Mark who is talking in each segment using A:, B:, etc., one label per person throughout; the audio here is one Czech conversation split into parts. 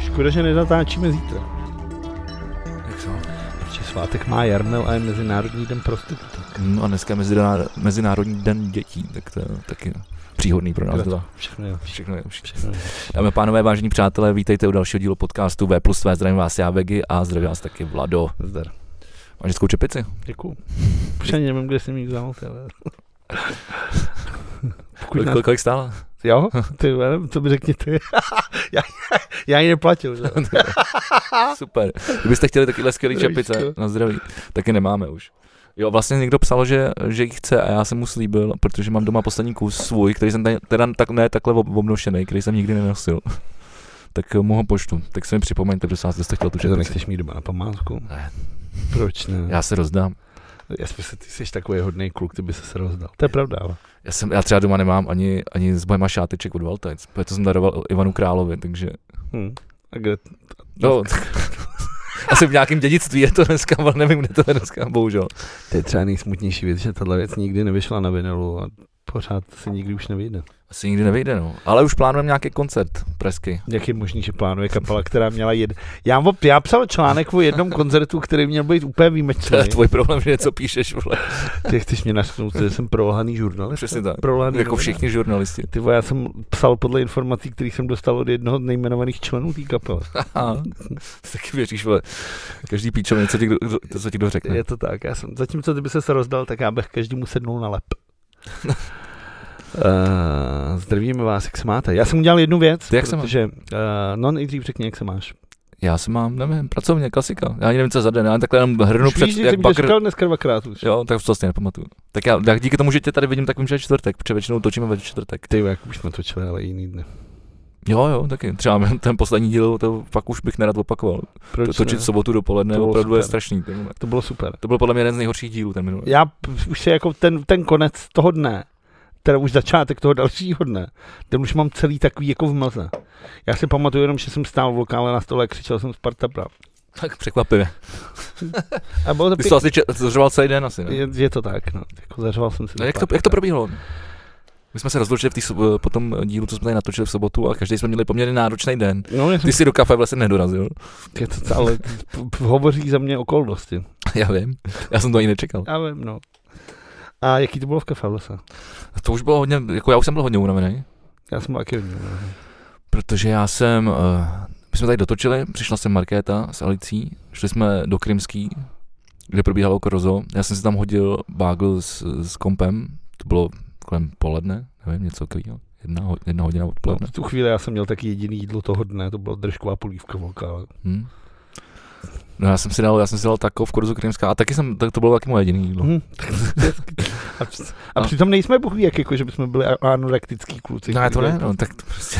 A: Škoda, že nenatáčíme zítra.
B: Jak to?
A: Protože svátek má Jarmil a je Mezinárodní den prostitutek.
B: No a dneska je meziná- Mezinárodní den dětí, tak to je taky příhodný pro nás
A: Grat-
B: dva.
A: Všechno je lepší.
B: Všechno je lepší.
A: Všechno je lepší.
B: Dámy a pánové, vážení přátelé, vítejte u dalšího dílu podcastu V plus V. Zdravím vás já, Vegy, a zdravím vás taky Vlado.
A: Zdar.
B: Máš hezkou čepici?
A: Děkuju. Už ani nevím, kde jsem ji vzal. ty vole. Pokud
B: Kolik,
A: nás...
B: kolik, kolik stála?
A: Jo? Ty, vole, nevím, to mi řekni ty. já, já ji neplatil. Že?
B: Super. Kdybyste chtěli takyhle skvělý
A: Zdravíčko.
B: čepice na zdraví, taky nemáme už. Jo, vlastně někdo psal, že, že jich chce a já jsem mu slíbil, protože mám doma poslední kus svůj, který jsem tady, teda tak, ne takhle ob- obnošený, který jsem nikdy nenosil. tak eh, mu ho poštu. Tak se mi připomeňte, prosím vás, jste chtěl tu
A: Že to
B: čepici.
A: nechceš mít doma na památku?
B: Ne.
A: Proč ne?
B: Já se rozdám.
A: Já si myslím, ty jsi takový hodný kluk, ty by se se rozdal. To je pravda, ale.
B: Já, jsem, já třeba doma nemám ani, ani z mojema šáteček od Valtajc, protože to jsem daroval Ivanu Královi, takže...
A: Hm. A kde?
B: No, tak, asi v nějakém dědictví je to dneska, ale nevím, kde to je dneska, bohužel.
A: To je třeba nejsmutnější věc, že tahle věc nikdy nevyšla na vinilu a pořád se nikdy už nevyjde.
B: Asi nikdy nevyjde, no. Ale už plánujeme nějaký koncert pražský.
A: Jak je možný, že plánuje kapela, která měla jed... Já, op- já psal článek o jednom koncertu, který měl být úplně
B: To je
A: výjimečný.
B: tvůj problém, že něco píšeš, vole.
A: Ty chceš mě nasknout, že jsem prolhaný žurnalist?
B: Přesně tak.
A: Prolhaný
B: Jako
A: novinář.
B: všichni žurnalisti.
A: Ty vole, já jsem psal podle informací, které jsem dostal od jednoho z nejmenovaných členů té kapely.
B: Aha. Ty Taky věříš, vole. Každý píčo něco ti kdo, kdo- to, co ti kdo řekne.
A: Je to tak. Já jsem, zatímco ty by se rozdal, tak já bych každému sednul na lep. Uh, zdravíme vás, jak se máte. Já jsem udělal jednu věc,
B: Ty Eh, jak se máš?
A: protože, uh, no nejdřív řekni, jak se máš.
B: Já se mám, nevím, pracovně, klasika. Já ani nevím, co za den, já takhle jenom hrnu
A: Už
B: No, před,
A: víš, že
B: jak
A: jsem tě
B: bakr.
A: říkal dneska dvakrát už.
B: Jo, tak to si nepamatuju. Tak já, tak díky tomu, že tě tady vidím, tak vím, že je čtvrtek, protože většinou točíme ve čtvrtek.
A: Ty, jak už jsme točili, ale jiný dne.
B: Jo, jo, taky. Třeba ten poslední díl, to fakt už bych nerad opakoval.
A: Proč
B: To, točit
A: ne?
B: v sobotu dopoledne
A: To bylo
B: opravdu je
A: super.
B: strašný. Ten moment.
A: to bylo super.
B: To byl podle mě jeden z nejhorších dílů, ten minulý.
A: Já p- už je jako ten, ten konec toho dne, teda už začátek toho dalšího dne, ten už mám celý takový jako v mlze. Já si pamatuju jenom, že jsem stál v lokále na stole a křičel jsem Sparta Praha.
B: Tak překvapivě.
A: A bylo to
B: Ty jsi to asi čet- zřval celý den asi, ne?
A: Je, je, to tak, no. Jako zařval jsem si.
B: No,
A: do
B: jak, to,
A: párka.
B: jak to probíhalo? My jsme se rozloučili v tý, sob- po tom dílu, co jsme tady natočili v sobotu a každý jsme měli poměrně náročný den.
A: No, já jsem,
B: Ty jsi do kafe vlastně nedorazil.
A: je to, ale p- p- hovoří za mě okolnosti.
B: Já vím, já jsem to ani nečekal.
A: Já vím, no. A jaký to bylo v kafe v lese?
B: To už bylo hodně, jako já už jsem byl hodně unavený,
A: Já jsem byl taky hodně. no.
B: protože já jsem, uh, my jsme tady dotočili, přišla jsem Markéta s Alicí, šli jsme do Krymský, kde probíhalo korzo. Já jsem si tam hodil bagel s, s kompem, to bylo kolem poledne, nevím, něco takového. Jedna, ho- jedna hodina
A: No,
B: odpoledne.
A: v tu chvíli já jsem měl taky jediný jídlo toho dne, to byla držková polívka v lokále.
B: Hmm. No já jsem si dal, já jsem si dal tako v kurzu krymská a taky jsem, tak to bylo taky moje jediný jídlo.
A: Hm. a, při- a přitom nejsme bohu jak, jako, že bychom byli a- anorektický kluci.
B: No já to
A: kteří-
B: ne, no, tak to prostě,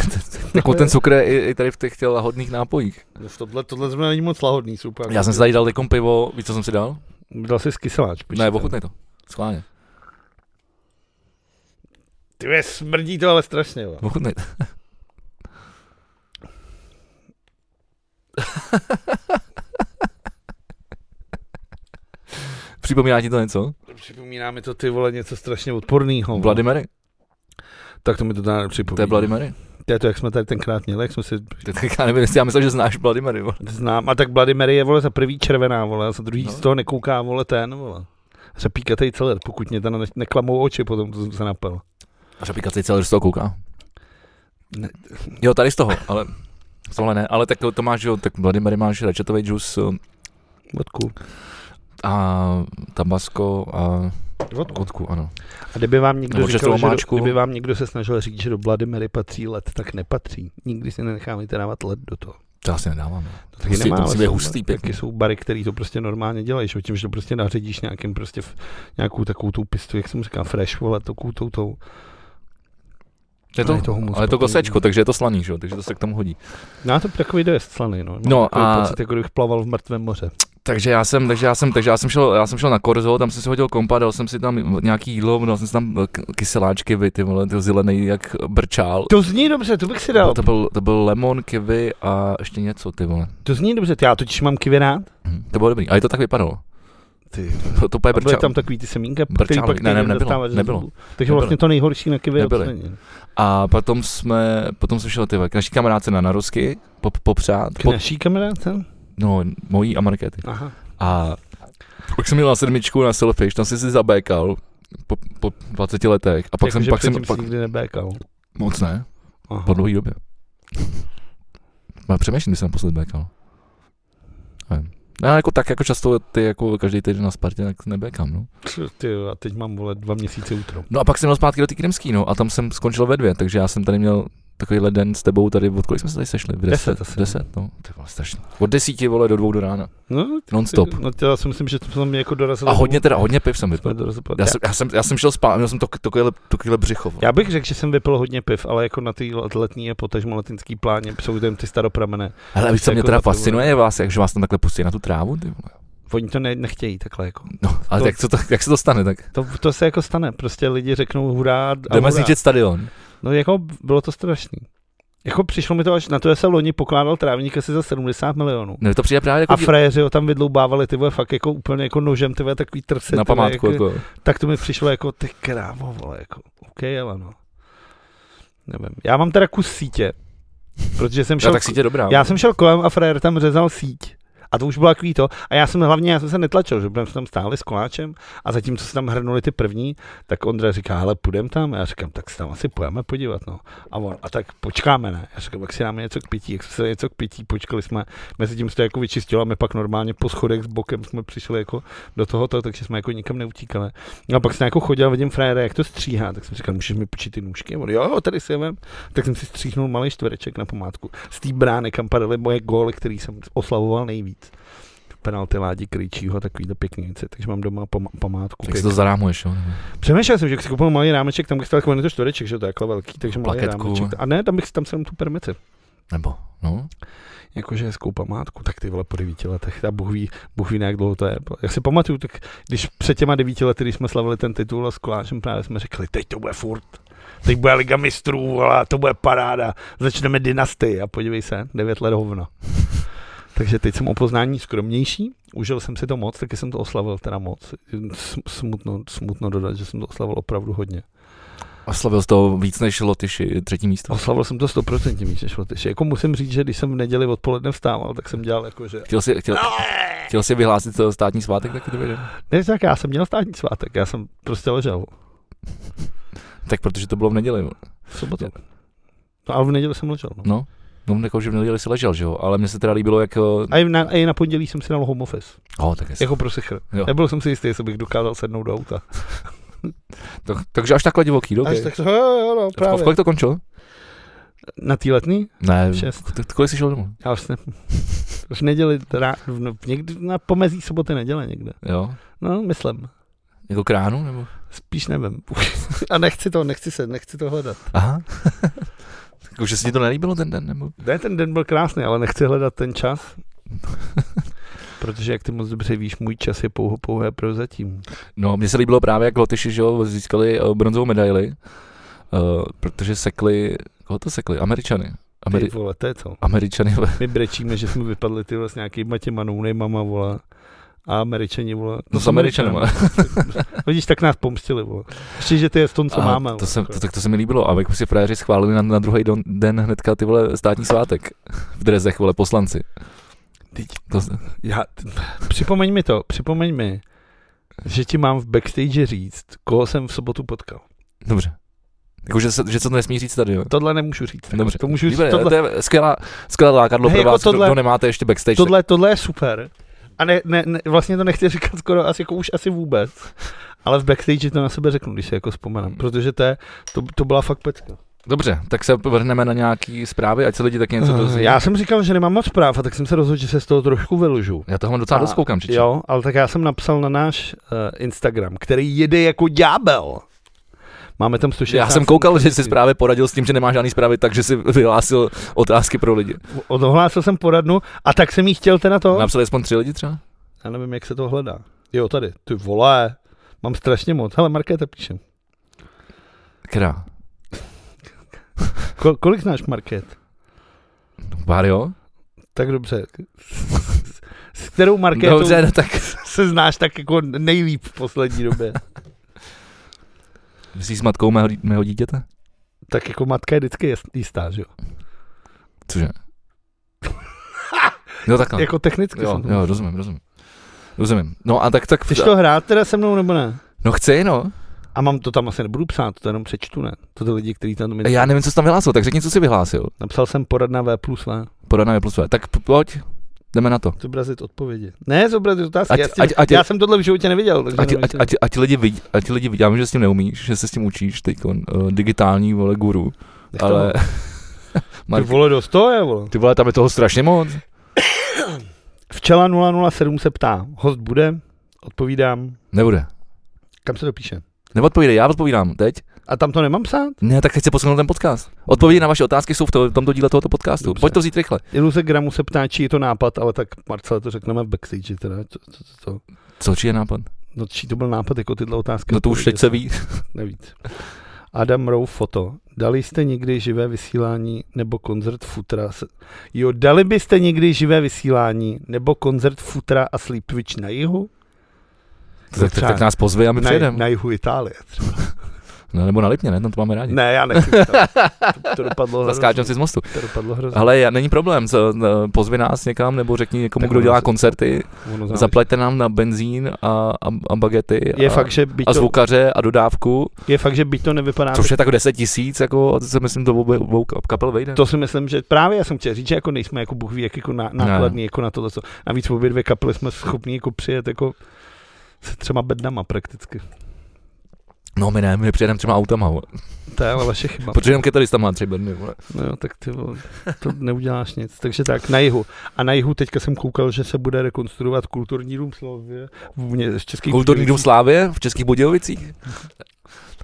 B: jako ten cukr je i, i tady v těch těch lahodných nápojích.
A: No v Tohle, tohle zrovna není moc lahodný, super.
B: Já jsem si tady dal teďkom pivo, víš, co jsem si dal?
A: Dal jsi skyseláč.
B: Ne, ochutnej to, schválně,
A: Ty vole, smrdí to ale strašně. Jo.
B: ochutnej to. Připomíná ti to něco?
A: Připomíná mi to ty vole něco strašně odporného.
B: Vladimir?
A: Tak to mi to teda nepřipomíná.
B: To je Vladimir?
A: To je to, jak jsme tady tenkrát měli, jak jsme si
B: To je tak, já nevím, jestli já myslel, že znáš Vladimir.
A: znám. A tak Vladimir je, vole, za prvý červená, vole, a za druhý
B: No.
A: no. z toho nekouká, vole, ten, vole. Řepíkatej celer, pokud mě tam ne- neklamou oči potom, to jsem se napil.
B: A Řapíka celý celý z toho kouká.
A: Ne.
B: Jo, tady z toho, ale z tohle ne, ale tak to máš, jo, tak Vladimir máš rečetový džus
A: Vodku.
B: a tabasco a
A: Vodku.
B: vodku, ano.
A: A kdyby vám někdo,
B: Nebo
A: říkal,
B: čerstvou
A: že do,
B: máčku.
A: kdyby vám někdo se snažil říct, že do Vladimiry patří led, tak nepatří. Nikdy si nenechávejte dávat led do toho.
B: To asi nedávám. no.
A: To taky
B: Hustý, to
A: nemá,
B: musí
A: ale
B: být
A: jsou-
B: hustý, pěkný.
A: Taky jsou bary, které to prostě normálně dělají, že o tím, že to prostě naředíš nějakým prostě v, nějakou takovou tou pistu, jak jsem říkal, fresh, vole, takovou tou tou.
B: Je to,
A: Ale je toho moc
B: ale je to
A: potom.
B: kosečko, takže je to slaný, že jo, takže to se k tomu hodí.
A: No to takový dost slaný, no. Mám
B: No
A: takový
B: a-
A: pocit, jako kdybych plaval v mrtvém moře.
B: Takže já jsem, takže já jsem, takže já jsem šel, já jsem šel na Korzo, tam jsem si hodil kompa, dal jsem si tam nějaký jídlo, dal jsem si tam eh, k- kyseláčky, vy, ty vole, ty zelený jak brčál.
A: To zní dobře, to bych si
B: To,
A: dal.
B: to, byl, to byl lemon, kiwi a ještě něco, ty vole. Hm,
A: To zní dobře, já totiž mám kiwi rád.
B: Mhm. To bylo dobrý, ale to tak vypadalo.
A: Ty,
B: To, to úplně
A: a byly
B: brča,
A: tam takový ty semínka,
B: Brčály.
A: který pak
B: Ne, ne,
A: ty
B: nebylo,
A: dostáváš ze
B: nebylo.
A: zubu. Takže
B: Nebylo.
A: vlastně to nejhorší na kivě je
B: Nebyly.
A: odstraněno.
B: A potom jsme, potom jsem šel ty vole, k naší kamarádce na narosky, pop, popřát,
A: K
B: po,
A: naší kamarádce?
B: no, mojí a Markety.
A: Aha.
B: A pak jsem měl na sedmičku na Selfish, tam jsem si zabékal po, po 20 letech. A pak
A: Jako,
B: jsem,
A: že
B: pak jsem,
A: předtím jsi
B: pak,
A: nikdy nebékal.
B: moc ne,
A: Aha.
B: po dlouhý době. Ale přemýšlím, když jsem naposled békal. Nevím. Ne, jako tak, jako často ty, jako každý týden na Spartě, tak nebékám, no.
A: Ty- Ty, jo, a teď mám vole dva měsíce útro.
B: No a pak jsem měl zpátky do té krymský, no, a tam jsem skončil ve dvě, takže já jsem tady měl takovýhle den s tebou tady, od kolik jsme se tady sešli? V
A: Deset
B: deset,
A: asi,
B: deset no. To bylo strašné. Od desíti, vole, do dvou do rána.
A: No, ty-
B: Non-stop.
A: No, to já si myslím, že to jsem jako dorazil.
B: A hodně teda, hodně piv jsem
A: Jsme
B: vypil.
A: dorazili-
B: Já jsem, já jsem, já jsem šel spát, měl jsem to, takovýhle, takovýhle břicho. vole.
A: Já bych řekl, že jsem vypil hodně piv, ale jako na ty letní a potažmo letinský pláně jsou tam ty staropramené.
B: Ale víš, co
A: jako
B: mě teda
A: za to, vole.
B: fascinuje je vás, jak, že vás tam takhle pustí na tu trávu, ty vole.
A: Oni to ne, nechtějí takhle jako.
B: No, ale
A: To-
B: jak, co to, jak se to stane, tak
A: To, to se jako stane, prostě lidi řeknou hurá a
B: jdeme
A: hurá.
B: zničit stadion.
A: No jako bylo to strašný. Jako přišlo mi to až na to, že se loni pokládal trávník asi za 70 milionů.
B: Ne, to přijde právě jako
A: A
B: dí-
A: frajeři ho tam vydloubávali, ty vole, fakt jako úplně jako nožem, ty vole, takový trsy.
B: na
A: ty vole,
B: památku,
A: jak,
B: jako.
A: Tak to mi přišlo jako, ty krávo, vole, jako, OK, ale no. Nevím, já mám teda kus sítě, protože jsem
B: Já,
A: šel,
B: tak sítě dobrá.
A: já jsem šel kolem a frajer tam řezal síť. A to už bylo takový to. A já jsem hlavně, já jsem se netlačil, že budeme se tam stáli s koláčem a zatímco se tam hrnuli ty první, tak Ondra říká, hele, půjdem tam. A já říkám, tak se tam asi půjdeme podívat. No. A on, a tak počkáme, ne? Já říkám, jak si dáme něco k pití, jak se něco k pití, počkali jsme, mezi tím se to jako vyčistilo a my pak normálně po schodech s bokem jsme přišli jako do tohoto, takže jsme jako nikam neutíkali. No a pak jsem jako chodil, vidím frajera, jak to stříhá, tak jsem říkal, můžeš mi počít ty nůžky? A On, jo, jo, tady si je vem. Tak jsem si stříhnul malý čtvereček na památku. Z té brány, kam padaly moje góly, který jsem oslavoval nejvíc. Penalty Ládi Kryčího a takovýhle pěkný věci. Takže mám doma pam- památku.
B: Tak si to zarámuješ, jo. nebo-
A: Přemýšlel jsem, že když si koupil malý rámeček, tam bych si dal takový to čtvereček, že to je takhle velký, takže malý
B: Plaketku.
A: rámeček. A ne, tam bych si tam sem tu permici.
B: Nebo, no.
A: Jakože hezkou památku, tak ty vole po devíti letech, a Bůh ví, Bůh ví, na jak dlouho to je. Jak si pamatuju, tak když před těma devíti lety, když jsme slavili ten titul a s koláčem právě jsme řekli, teď to bude furt, teď bude Liga mistrů, a to bude paráda, začneme dynastii a podívej se, devět let hovno. Takže teď jsem o poznání skromnější, užil jsem si to moc, taky jsem to oslavil teda moc. Sm- Smutno, smutno dodat, že jsem to oslavil opravdu hodně.
B: Oslavil jsi to víc než Lotyši třetí místo.
A: Oslavil jsem to 100% víc než Lotyši. Jako musím říct, že když jsem v neděli odpoledne vstával, tak jsem dělal jako, že eh!
B: Chtěl jsi, chtěl, chtěl jsi vyhlásit to státní svátek taky dobrý den?
A: Ne, tak já jsem měl státní svátek, já jsem prostě ležel
B: Tak protože to bylo v neděli. vole.
A: v sobotu. No ale v neděli jsem ležel. No.
B: No, no jako, že v neděli si ležel, že jo? Ale mně se teda líbilo, jak... O,
A: A i na, a i na pondělí jsem si dal home office,
B: oh, tak jako,
A: jako pro sechr.
B: Jo.
A: Nebyl jsem si jistý, jestli bych dokázal sednout do auta.
B: tak, takže až takhle divoký, dobře.
A: Až tak, jo, jo, jo, no,
B: Právě. V
A: právě.
B: kolik to končilo?
A: Na tý letní?
B: Ne,
A: Šest.
B: tak kolik jsi šel domů?
A: Já už jsem už neděli, rá, v, no, někdy na pomezí soboty neděle někde.
B: Jo?
A: No, myslím.
B: Jako kránu? Nebo?
A: Spíš nevím. A nechci to, nechci se, nechci to hledat.
B: Aha. jako, že se ti to nelíbilo ten den, nebo?
A: Ne, ten den byl krásný, ale nechci hledat ten čas. Protože, jak ty moc dobře víš, můj čas je pouho pouhé prozatím.
B: No, mně se líbilo právě, jak Lotyši, že jo, získali eh, bronzovou medaili, uh, protože sekli, koho to sekli? Američany.
A: Ty
B: Ameri-
A: vole, to je co?
B: Američany, vole.
A: My brečíme, že jsme vypadli ty vole s nějakýma těma nounejmama, vole. A američani, vole.
B: no s Američanama.
A: Vidíš, tak nás pomstili, vole. Ještě, že ty je tom, co
B: A
A: máme.
B: To,
A: vole,
B: jsem,
A: jako.
B: to, tak to se mi líbilo. A jako si frajeři schválili na, na druhý don, den hnedka ty vole státní svátek v drezech, vole, poslanci.
A: Vždyť-
B: To,
A: Já, připomeň mi to, připomeň mi, že ti mám v backstage říct, koho jsem v sobotu potkal.
B: dobře. Jako, že, se, že se to nesmí říct tady, jo.
A: Tohle nemůžu říct.
B: Dobře.
A: To můžu říct,
B: Výborně,
A: tohle,
B: to je skvělá, skvělá lákadlo
A: Hej,
B: pro
A: jako
B: vás, tohle,
A: tohle-
B: kdo nemáte ještě backstage.
A: tohle,
B: Tohle,
A: tohle je super. A ne, ne, ne, vlastně to nechci říkat skoro asi, jako už asi vůbec. Ale v backstage to na sebe řeknu, když se jako vzpomenám, protože to, je, to, to byla fakt pecka.
B: Dobře, tak se vrhneme na nějaký zprávy, ať se lidi taky něco
A: Eh,
B: dozví.
A: Já jsem říkal, že nemám moc práv, a tak jsem se rozhodl, že se z toho trošku vylužu.
B: já toho mám docela
A: A-
B: dost koukám, čiči.
A: Jo, ale tak já jsem napsal na náš uh, Instagram, který jede jako ďábel. Máme tam 160.
B: Já jsem koukal, že jsi právě poradil s tím, že nemá žádný zprávy, takže si vyhlásil otázky pro lidi.
A: Odhlásil jsem poradnu a tak jsem jí chtěl teda to.
B: Napsali aspoň tři lidi třeba?
A: Já nevím, jak se to hledá. Jo, tady, ty vole, mám strašně moc. Hele, Markéta píšem.
B: Která?
A: Ko- kolik znáš Market?
B: Bár jo?
A: Tak dobře. s kterou marketou
B: Dobře, no tak
A: se znáš tak jako nejlíp v poslední době.
B: jsi s matkou mého, dí- mého dítěte?
A: tak jako matka je vždycky jas- jistá, že jo?
B: Cože? Jo, takhle.
A: Jako technicky
B: jo,
A: jsem to-
B: jo, rozumím, rozumím. Rozumím. No a tak, tak...
A: Chceš to hrát teda se mnou nebo ne?
B: No chci, no.
A: A mám to tam asi nebudu psát, to jenom přečtu, ne? To ty lidi, kteří tam
B: Já nevím, co jsi tam vyhlásil, tak řekni, co jsi vyhlásil.
A: Napsal jsem poradna V plus V.
B: Podaná je plus V. Tak p- pojď, jdeme na to.
A: Zobrazit odpovědi. Ne, zobrazit otázky.
B: Ať-
A: já, s tím,
B: ať- ať-
A: já, jsem tohle v životě neviděl. Takže
B: Ať,
A: nevím,
B: ať,
A: co-
B: ať, ať, lidi vidí, ať lidi vidí, já vím, že s tím neumíš, že se s tím učíš, teď uh, digitální, vole, guru,
A: Nech to.
B: ale...
A: Ty
B: Mark,
A: vole, dost to je, vole.
B: ty vole, tam je toho strašně moc.
A: Včela 007 se ptá, host bude? Odpovídám,
B: Nebude.
A: kam se to píše?
B: Neodpovídej, já odpovídám teď.
A: A tam to nemám psát?
B: Ne, tak teď se posunul ten podcast. Odpovědi na vaše otázky jsou v to- v tomto díle tohoto podcastu.
A: Dobře.
B: Pojď to vzít rychle.
A: Iluze Gramu se ptá, či je to nápad, ale tak Marcel to řekneme v backstage, teda. To, to, to, to.
B: Co či je nápad?
A: No, či to byl nápad jako tyhle otázky?
B: No to už teď se ví.
A: Nevíc. Adam Rowe foto. Dali jste někdy živé vysílání nebo koncert Futra? s- Jo, dali byste někdy živé vysílání nebo koncert Futra a Sleep Twitch na jihu?
B: Tak, tak,
A: třeba
B: tak nás pozve a my
A: na,
B: přijedeme.
A: na jihu Itálie třeba.
B: No, nebo na Lipně, ne? Tam to máme rádi.
A: Ne, já nechci. to, to dopadlo hrozně.
B: Zaskáčem si z mostu.
A: To dopadlo hrozně.
B: Ale já- není problém, co- no, pozvi nás někam, nebo řekni někomu,
A: Tak
B: kdo
A: ono
B: dělá
A: se-
B: koncerty,
A: Ono záleží.
B: zaplaťte nám na benzín a, a, a bagety
A: je,
B: a,
A: fakt, že by
B: a
A: to,
B: zvukaře a dodávku,
A: je fakt, že by to nevypadá. jako
B: což je tak 10 tisíc, jako to se myslím, to obou, obou kapel vejde.
A: To si myslím, že právě já jsem chtěl říct, že jako nejsme jako bůh ví, jak jako ná, nákladní jako na tohle. co- Navíc obě dvě kapely jsme schopni jako přijet jako se třema bednama prakticky.
B: No my ne, my přijedeme třema autama, vole.
A: To je ale vaše chyba.
B: protože jenom kytarista má tři bedny, vole.
A: No jo, tak ty vole, to neuděláš nic. Takže tak, na jihu. A na jihu teďka jsem koukal, že se bude rekonstruovat kulturní dům Slově. V mě, z českých
B: Kulturní dům
A: Budějovic.
B: Slávě v Českých Budějovicích.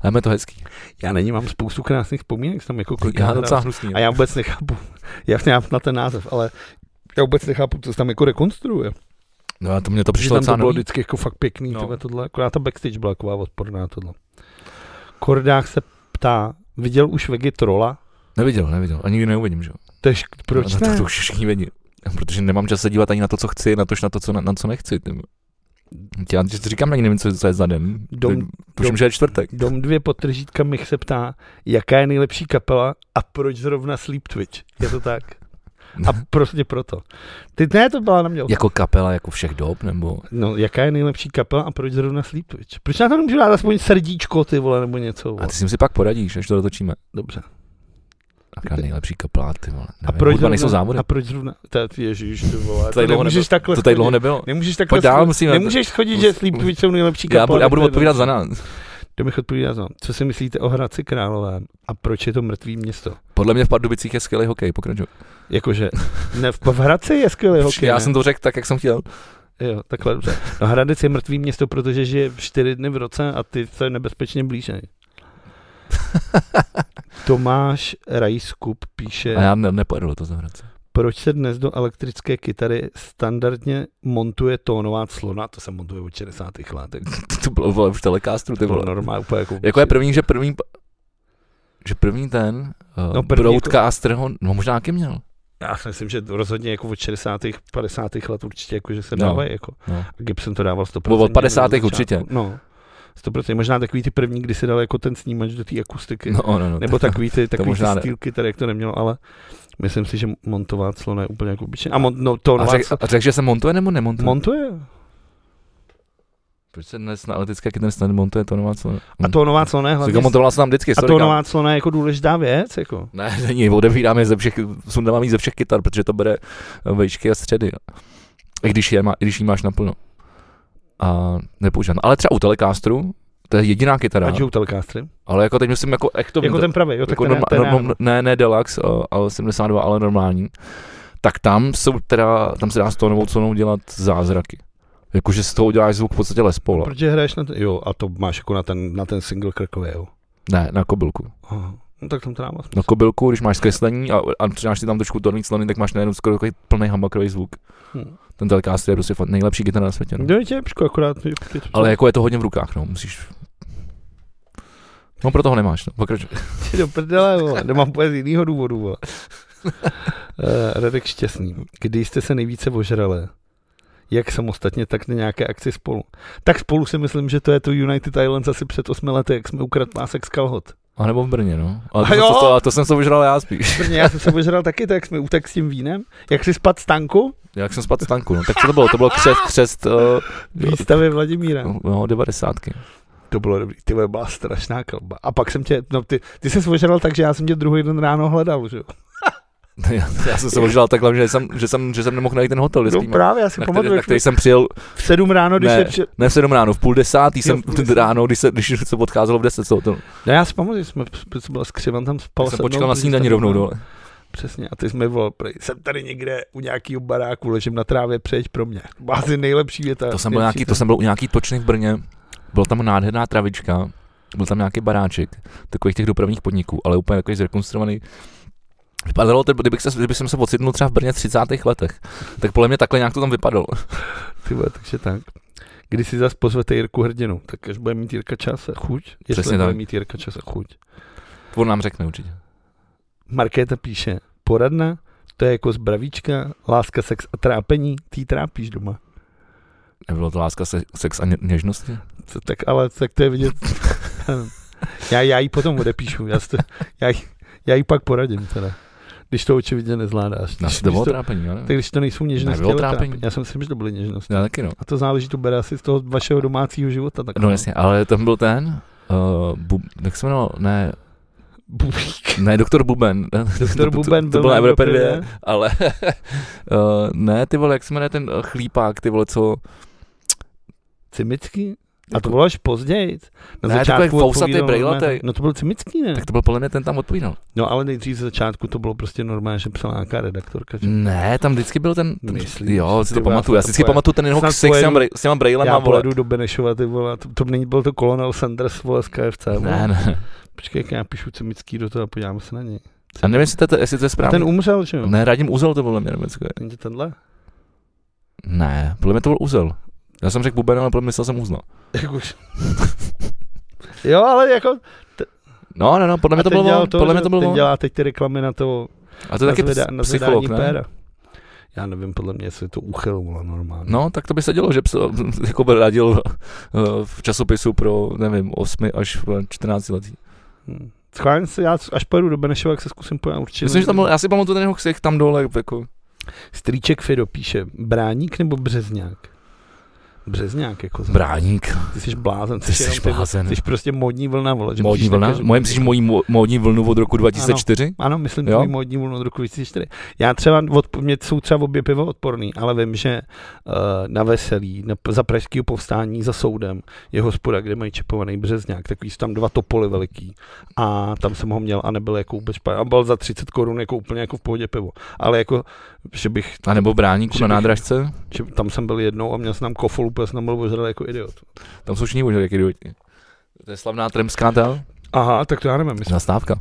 B: Ale je to hezký.
A: Já není, mám spoustu krásných vzpomínek, tam jako
B: Já
A: kolikrát
B: docela hnusný.
A: A já vůbec nechápu, já jsem na ten název, ale já vůbec nechápu, co se tam jako rekonstruuje.
B: No a to mě to
A: Že
B: přišlo
A: tam to
B: docela
A: bylo
B: nový.
A: vždycky jako fakt pěkný, no.
B: No.
A: tyhle, tohle, akorát ta backstage byla taková odporná tohle. Kordách se ptá, viděl už Vegi trola?
B: Neviděl, neviděl. A nikdy neuvidím, že jo.
A: Tež, proč
B: no,
A: ne?
B: Tak to už všichni vědí. Protože nemám čas se dívat ani na to, co chci, na to, na to co, na, na co nechci. ty vole. Já ti to říkám, ani nevím, co, co je za den.
A: Dom-
B: Dom, Tuším,
A: dom-
B: že je čtvrtek.
A: Dom dvě potržítka Mich se ptá, jaká je nejlepší kapela a proč zrovna Sleep Twitch? Je to tak? A prostě proto. Ty ne, to byla na mě.
B: jako kapela, jako všech dob, nebo...
A: No, jaká je nejlepší kapela a proč zrovna Sleep Twitch? Proč na to nemůžu dát aspoň srdíčko, ty vole, nebo něco?
B: A
A: Vole?
B: ty si si pak poradíš, až to dotočíme.
A: Dobře.
B: Jaká nejlepší kapela, ty vole. Nevím.
A: A proč,
B: Hudba nejsou
A: zrovna,
B: závody.
A: a proč zrovna, to, ježíš, ty vole,
B: To
A: to,
B: tady dlouho
A: nemůžeš takhle
B: To tady
A: schodit.
B: dlouho nebylo.
A: Jako, Nemůžeš takhle
B: Pojď dál,
A: schodit-
B: musíme-
A: Nemůžeš schodit, že Sleep Twitch jsou nejlepší
B: Já,
A: kapela.
B: bu- já budu odpovídat za nás.
A: Kdo mi odpovídá za Co si myslíte o Hradci Králové a proč je to mrtvý město?
B: Podle mě v Pardubicích je skvělý hokej, pokračuj.
A: Jakože, ne, v, v Hradci je skvělý hokej,
B: já
A: ne?
B: jsem to řekl tak, jak jsem chtěl.
A: Jo, takhle dobře. No Hradec je mrtvý město, protože žije čtyři dny v roce a ty se nebezpečně blíže. Tomáš Rajskup píše,
B: A já ne, nepojedu do toho zahrát.
A: proč se dnes do elektrické kytary standardně montuje tónová clona, to se montuje od 60. let. tak
B: To bylo vole, v telecastru, ty
A: To bylo
B: vole.
A: normálně úplně jako...
B: Jako je první, že první, že první ten uh, no,
A: No,
B: první
A: první
B: broadcaster ho, no možná nějaký měl.
A: Já si myslím, že rozhodně jako od 60. 50. let určitě jako, že se
B: No.
A: dávají jako.
B: No.
A: A Gibson to dával 100%.
B: Od 50.
A: na začátku.
B: určitě.
A: No, 100%. Možná takový ty první, kdy si dal jako ten snímač do té akustiky.
B: No, no, no.
A: Nebo takový ty, takový ty
B: možná ne.
A: stýlky, tady jak to nemělo, ale myslím si, že montová clona je úplně jako obyčejná. A mon, no, to
B: a
A: nová
B: řek, a řek, že se montuje nebo nemontuje?
A: montuje.
B: Proč se dnes na elektrické kytary snad montuje to nová co?
A: A
B: Hm.
A: to nová clona je hlavně...
B: Říkám, montovala se nám vždycky,
A: A
B: sorry,
A: to
B: kámo.
A: nová clona je jako důležitá věc, jako.
B: Ne, není, odebírám je ze všech, sundávám ji ze všech kytar, protože to bere eh, vejšky a středy. I když, je, má- i když ji máš naplno. A nepoužívám. Ale třeba u Telecasteru, to je jediná kytara,
A: A Joe Telecastery.
B: ale jako teď myslím jako echtový.
A: Jako ten pravý, jo, tak
B: jako
A: ten,
B: norma,
A: ten,
B: norma, ne, ne Deluxe, a- ale 72, ale normální, tak tam jsou teda, tam se dá s tou novou clonou dělat zázraky. Jakože z toho uděláš zvuk v podstatě Les Paula.
A: Protože hraješ na ten, jo, a to máš jako na ten, na ten single krkový, jo.
B: Ne, na kobylku.
A: Aha. No tak tam to dává smysl.
B: Na kobylku, když máš zkreslení a, a přidáš si tam trošku torný clony, tak máš najednou skoro takový plný hambakrový zvuk.
A: Hm.
B: Ten Telecaster je prostě fakt nejlepší kytara na světě. No.
A: No je těpško, akorát...
B: Ale jako je to hodně v rukách, no, musíš... No, proto ho nemáš, no, pokračuj.
A: Ty do prdele, vole. Nemám úplně z jiného důvodu, Eh, vole. Uh, Radek Šťastný. Kdy jste se nejvíce ožrali? jak samostatně, tak na nějaké akci spolu. Tak spolu si myslím, že to je to United Islands asi před 8 lety, jak jsme ukradli másek z kalhot.
B: A nebo v Brně, no. Ale
A: A
B: to,
A: jo?
B: to, to, to, jsem se vyžral já spíš.
A: Brně, já jsem se požral taky, tak jak jsme utek s tím vínem, jak si spad z tanku,
B: Jak jsem spadl z tanku, no. Tak co to bylo? To bylo křest, křest uh,
A: výstavy Vladimíra.
B: no, devadesátky.
A: No, To bylo dobrý, ty vole, byla strašná kalba. A pak jsem tě, no ty, ty jsi požral tak, že já jsem tě druhý den ráno hledal, že jo?
B: Já, já jsem se možná takhle, že jsem, že jsem, že jsem nemohl najít ten hotel, kde
A: No
B: spíme.
A: právě, já si
B: na, který,
A: pamatuju,
B: na
A: jak jsme
B: který jsem přijel,
A: v sedm ráno, když
B: Ne.
A: je při-
B: ne v 7 ráno, v půl desátý
A: Jo,
B: jsem
A: v půl desátý.
B: ráno, když se, když se odcházelo v 10, co to,
A: No já si pamatuju, že jsme, co byla skřivan, tam spal.
B: jsem
A: se no, mnou,
B: počkal na
A: protože
B: snídaní
A: jsem-
B: rovnou no. dole.
A: Přesně, a ty jsme volal, prej, jsem tady někde u nějakého baráku, ležím na trávě, přejď pro mě. Bázi nejlepší věta.
B: To jsem, byl nějaký, to jsem byl u nějaký točny v Brně, byla tam nádherná travička, byl tam nějaký baráček takových těch dopravních podniků, ale úplně takový zrekonstruovaný. Vypadalo to, kdybych, se, kdybych jsem se ocitnul třeba v Brně v 30. letech, tak podle mě takhle nějak to tam vypadalo.
A: Ty vole, takže tak. Když si zase pozvete Jirku Hrdinu, tak až bude mít Jirka čas a chuť. Jestli
B: Přesně
A: bude
B: tak.
A: mít Jirka čas a chuť.
B: On nám řekne určitě.
A: Markéta píše, poradna, to je jako zbravíčka, láska, sex a trápení, ty trápíš doma.
B: Nebylo to láska, se, sex a ně- něžnosti?
A: Co, tak ale tak to je vidět. já, já jí potom odepíšu, já, si to, já, jí- já jí pak poradím teda. Když to očividně nezvládáš.
B: Na
A: Když,
B: to
A: když,
B: bylo
A: to,
B: trápení, já nevím.
A: tak když to nejsou něžnosti,
B: Nebylo
A: ale
B: trápení.
A: trápení. Já jsem si myslím, že to byly něžnosti.
B: Já taky no.
A: A to záleží, to bere asi z toho vašeho domácího života. Tak
B: No jasně, ale tam byl ten, uh, bu, jak se jmenoval, ne,
A: Bubík.
B: ne, doktor Buben.
A: Doktor Buben
B: to,
A: byl
B: to byl
A: na
B: na Evropě
A: Evropě
B: 2, ale uh, ne, ty vole, jak se jmenuje ten eh, chlípák, ty vole, co,
A: Cimický? A to bylo až později. Na
B: Ne,
A: začátku
B: takový fousatý,
A: odpovídal normálně-
B: brejlatej.
A: No to byl cimický, ne?
B: tak to byl podle mě ten tam odpovídal.
A: No ale nejdřív z začátku to bylo prostě normálně, že psala nějaká redaktorka. Že...
B: Ne, tam vždycky byl ten, ten
A: Myslíš?
B: jo, si
A: Ty
B: to
A: vole,
B: pamatuju, já
A: snad
B: si vždycky
A: pojedu.
B: pamatuju ten jeho
A: Snad
B: ksik s těma,
A: pojedu.
B: brej- s těma brejlema,
A: Já
B: vole.
A: pojedu do Benešova, ty vole, to, to není, byl to kolonel Sanders, vole, z KFC.
B: Ne,
A: Vole.
B: ne.
A: Počkej, jak já píšu cimický do toho a podíváme se na něj.
B: Já nevím, jestli to, jestli to
A: A
B: je
A: ten
B: správně.
A: umřel, že jo?
B: Ne, Radim Uzel to byl mě Německo.
A: Není to tenhle?
B: Ne, podle mě to byl Uzel. Já jsem řekl Buben, ale podle mě myslel jsem Uzla.
A: Jakož... jo, ale jako...
B: No, no, no, podle mě
A: a
B: to
A: ten
B: bylo,
A: dělal
B: on, podle mě
A: že
B: to bylo
A: Ten
B: on.
A: dělá teď ty reklamy na to,
B: A to je taky
A: na, zveda,
B: ps-
A: na
B: psycholog,
A: zvedání
B: ne?
A: péra. Já nevím, podle mě, jestli je to úchyl, vole, normálně.
B: No, tak to by se dělo, že psal, jako byl radil eh, v časopisu pro, nevím, 8 až eh, vole, 14 letý.
A: Hm. Schválně se, já až pojedu do Benešova, jak se zkusím pojít určitě.
B: Myslím, že tam byl, já si pamatuju ten jeho ksich tam dole, jako,
A: Strýček Fido píše, bráník nebo březňák? Březňák, jako za-
B: bráník,
A: Ty jsi blázen,
B: ty
A: jsi, jenom
B: jsi
A: ty, vole-
B: blázen.
A: jsi prostě módní vlna, vole. že
B: Módní
A: musíš
B: vlna?
A: také-
B: Moje, myslíš mojí mo- módní vlnu od roku 2004?
A: Ano, myslím
B: Jo?
A: tvůj módní vlnu od roku 2004. Já třeba, od, mě jsou třeba obě pivo odporný, ale vím, že uh, na veselí, na, za pražského povstání, za soudem je hospoda, kde mají čepovaný březňák, takový jsou tam dva topoly veliký a tam jsem ho měl a nebyl jako vůbec špatný. A byl za 30 korun jako úplně jako v pohodě pivo. Ale jako, že bych,
B: A nebo bráníku
A: Že
B: na
A: bych-
B: nádražce?
A: že tam jsem byl jednou a měl jsem tam kofolu, protože jsem tam byl ožral jako idiot.
B: Tam jsou všichni možná jak idioti. To je slavná tremská ta
A: Aha, tak to já nevím, my jsme,
B: zastávka.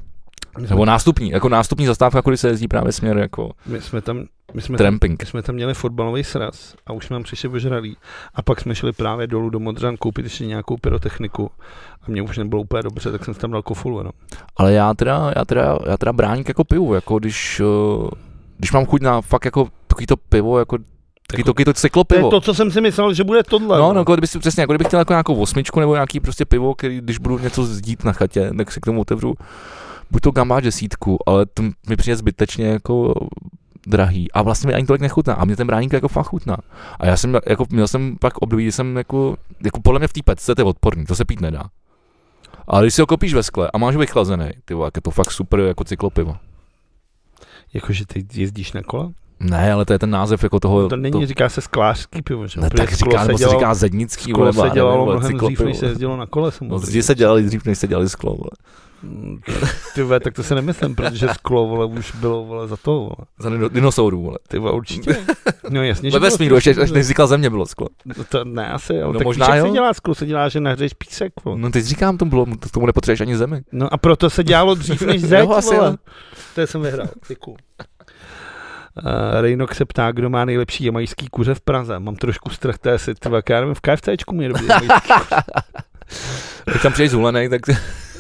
A: my jsme,
B: Nebo nástupní, jako nástupní zastávka, kudy se jezdí právě směr jako
A: my jsme tam, my jsme tam
B: tramping.
A: My jsme tam měli fotbalový sraz a už nám přišli ožralí. A pak jsme šli právě dolů do Modřan koupit ještě nějakou pyrotechniku. A mě už nebylo úplně dobře, tak jsem si tam dal kofolu. No.
B: Ale já teda, já teda, já teda bráník jako pivu, jako když, eh, když mám chuť na fakt jako takový to pivo, jako takový to, takový to
A: To je
B: cyklopivo.
A: to, co jsem si myslel, že bude tohle.
B: No, no, jako kdyby si, přesně, jako kdybych chtěl jako nějakou osmičku nebo nějaký prostě pivo, který když budu něco zdít na chatě, tak si k tomu otevřu buď to gamáč desítku, ale to mi přijde zbytečně jako drahý a vlastně mi ani tolik nechutná a mě ten bráník jako fakt chutná. A já jsem jako, měl jsem pak období, kdy jsem jako, jako podle mě v té pece to je odporný, to se pít nedá. Ale když si ho kopíš ve skle a máš ho vychlazený, ty vole, jak je to fakt super jako cyklopivo.
A: Jakože ty jezdíš na kola?
B: Ne, ale to je ten název jako toho,
A: To, to není,
B: to,
A: říká se sklářský pivo, že?
B: ne,
A: Protože
B: tak
A: sklo
B: říká, nebo se
A: dělalo-
B: říká zednický,
A: sklo
B: nebo já
A: se
B: nevím,
A: dělalo
B: vole,
A: mnohem dřív,
B: cyklopivo.
A: než se jezdilo na kole.
B: No,
A: samozřejmě.
B: zdi se dělali dřív, než se dělali sklo, vole.
A: Mm, Ty vole, tak to se nemyslím, protože sklo vole, už bylo vole, za to. Vole.
B: Za dino- dinosaurů, vole.
A: Ty vole, určitě. No jasně,
B: Ve
A: bylo
B: vesmíru, ještě,
A: strašně
B: až než říkal země, bylo sklo.
A: No to ne asi, ale
B: No
A: no, tak
B: možná
A: možná, víš, jak
B: jo.
A: se dělá sklo, se dělá, že nahřeješ písek. Vole.
B: No teď říkám, tomu, bylo, k tomu nepotřebuješ ani zemi.
A: No a proto se dělalo dřív než zeď,
B: Jo, asi
A: vole.
B: jo.
A: To jsem vyhrál, děkuju. Uh, Rejnok se ptá, kdo má nejlepší jamajský kuře v Praze. Mám trošku strach, to je asi, tyva, já nevím, v KFCčku mě dobrý jamajský.
B: Když tam přijdeš zhulený, tak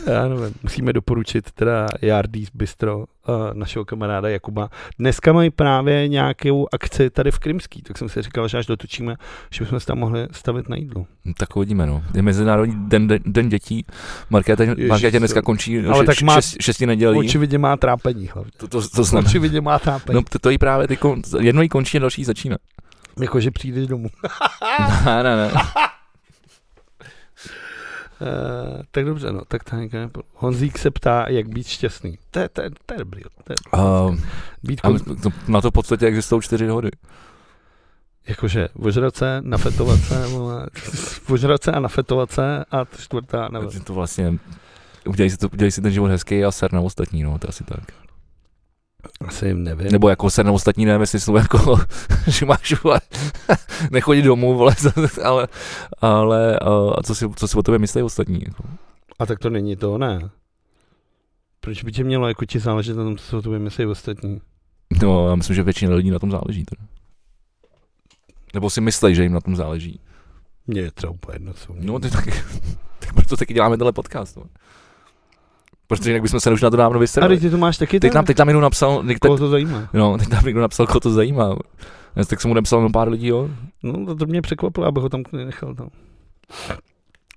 A: Já nevím, musíme doporučit teda Yardies Bistro uh, našeho kamaráda Jakuba. Dneska mají právě nějakou akci tady v Krymský, tak jsem si říkal, že až dotočíme, že bychom se tam mohli stavit na jídlo.
B: Tak uvidíme, no. Je Mezinárodní den, den, den dětí. Markéta,
A: Ježiš,
B: Markétě dneska
A: co?
B: končí no,
A: Ale
B: Ale
A: tak
B: tak
A: má-
B: šest, šesti nedělí.
A: Očividně má trápení hlavně.
B: To, to, to znamená.
A: Očividně má trápení.
B: No to, to jí právě ty kon... jedno jí končí a další začíná.
A: Jako, že přijdeš domů.
B: Ne, ne, ne.
A: Uh, tak dobře, no, tak to nějaké... Honzík se ptá, jak být šťastný. To je, to je, to je dobrý. To je,
B: Uh,
A: být
B: a
A: kon...
B: to, na to v podstatě existují čtyři dohody.
A: Jakože ožrat se, nafetovat se, vole, ožrat se a nafetovat se a to čtvrtá, nevím.
B: Takže to vlastně, udělej si, to, udělej si ten život hezký a ser na ostatní, no, to asi tak.
A: Asi jim nevím.
B: Nebo jako ser na ostatní, nevím, jestli jsou jako, že máš, vole, nechodit domů, vole, ale, ale uh, a co si, co si o tobě myslí ostatní, jako.
A: A tak to není to, ne. Proč by tě mělo jako ti záležet na tom, co si o tobě myslí ostatní?
B: No, já myslím, že většina lidí na tom záleží. Teda. Nebo si myslí, že jim na tom záleží.
A: Mně je třeba úplně jedno, co
B: No, ty tak, tak proto taky děláme tenhle podcast. No. Protože jinak bychom se už na to dávno
A: A
B: vystrali.
A: teď Jako- ty to máš taky
B: Teď
A: tak?
B: nám, teď nám někdo napsal, teď,
A: Koho to zajímá?
B: no, teď nám někdo napsal, koho to zajímá. Já, tak jsem mu napsal jenom pár lidí, jo.
A: No, to, to mě překvapilo, abych ho tam nechal tam.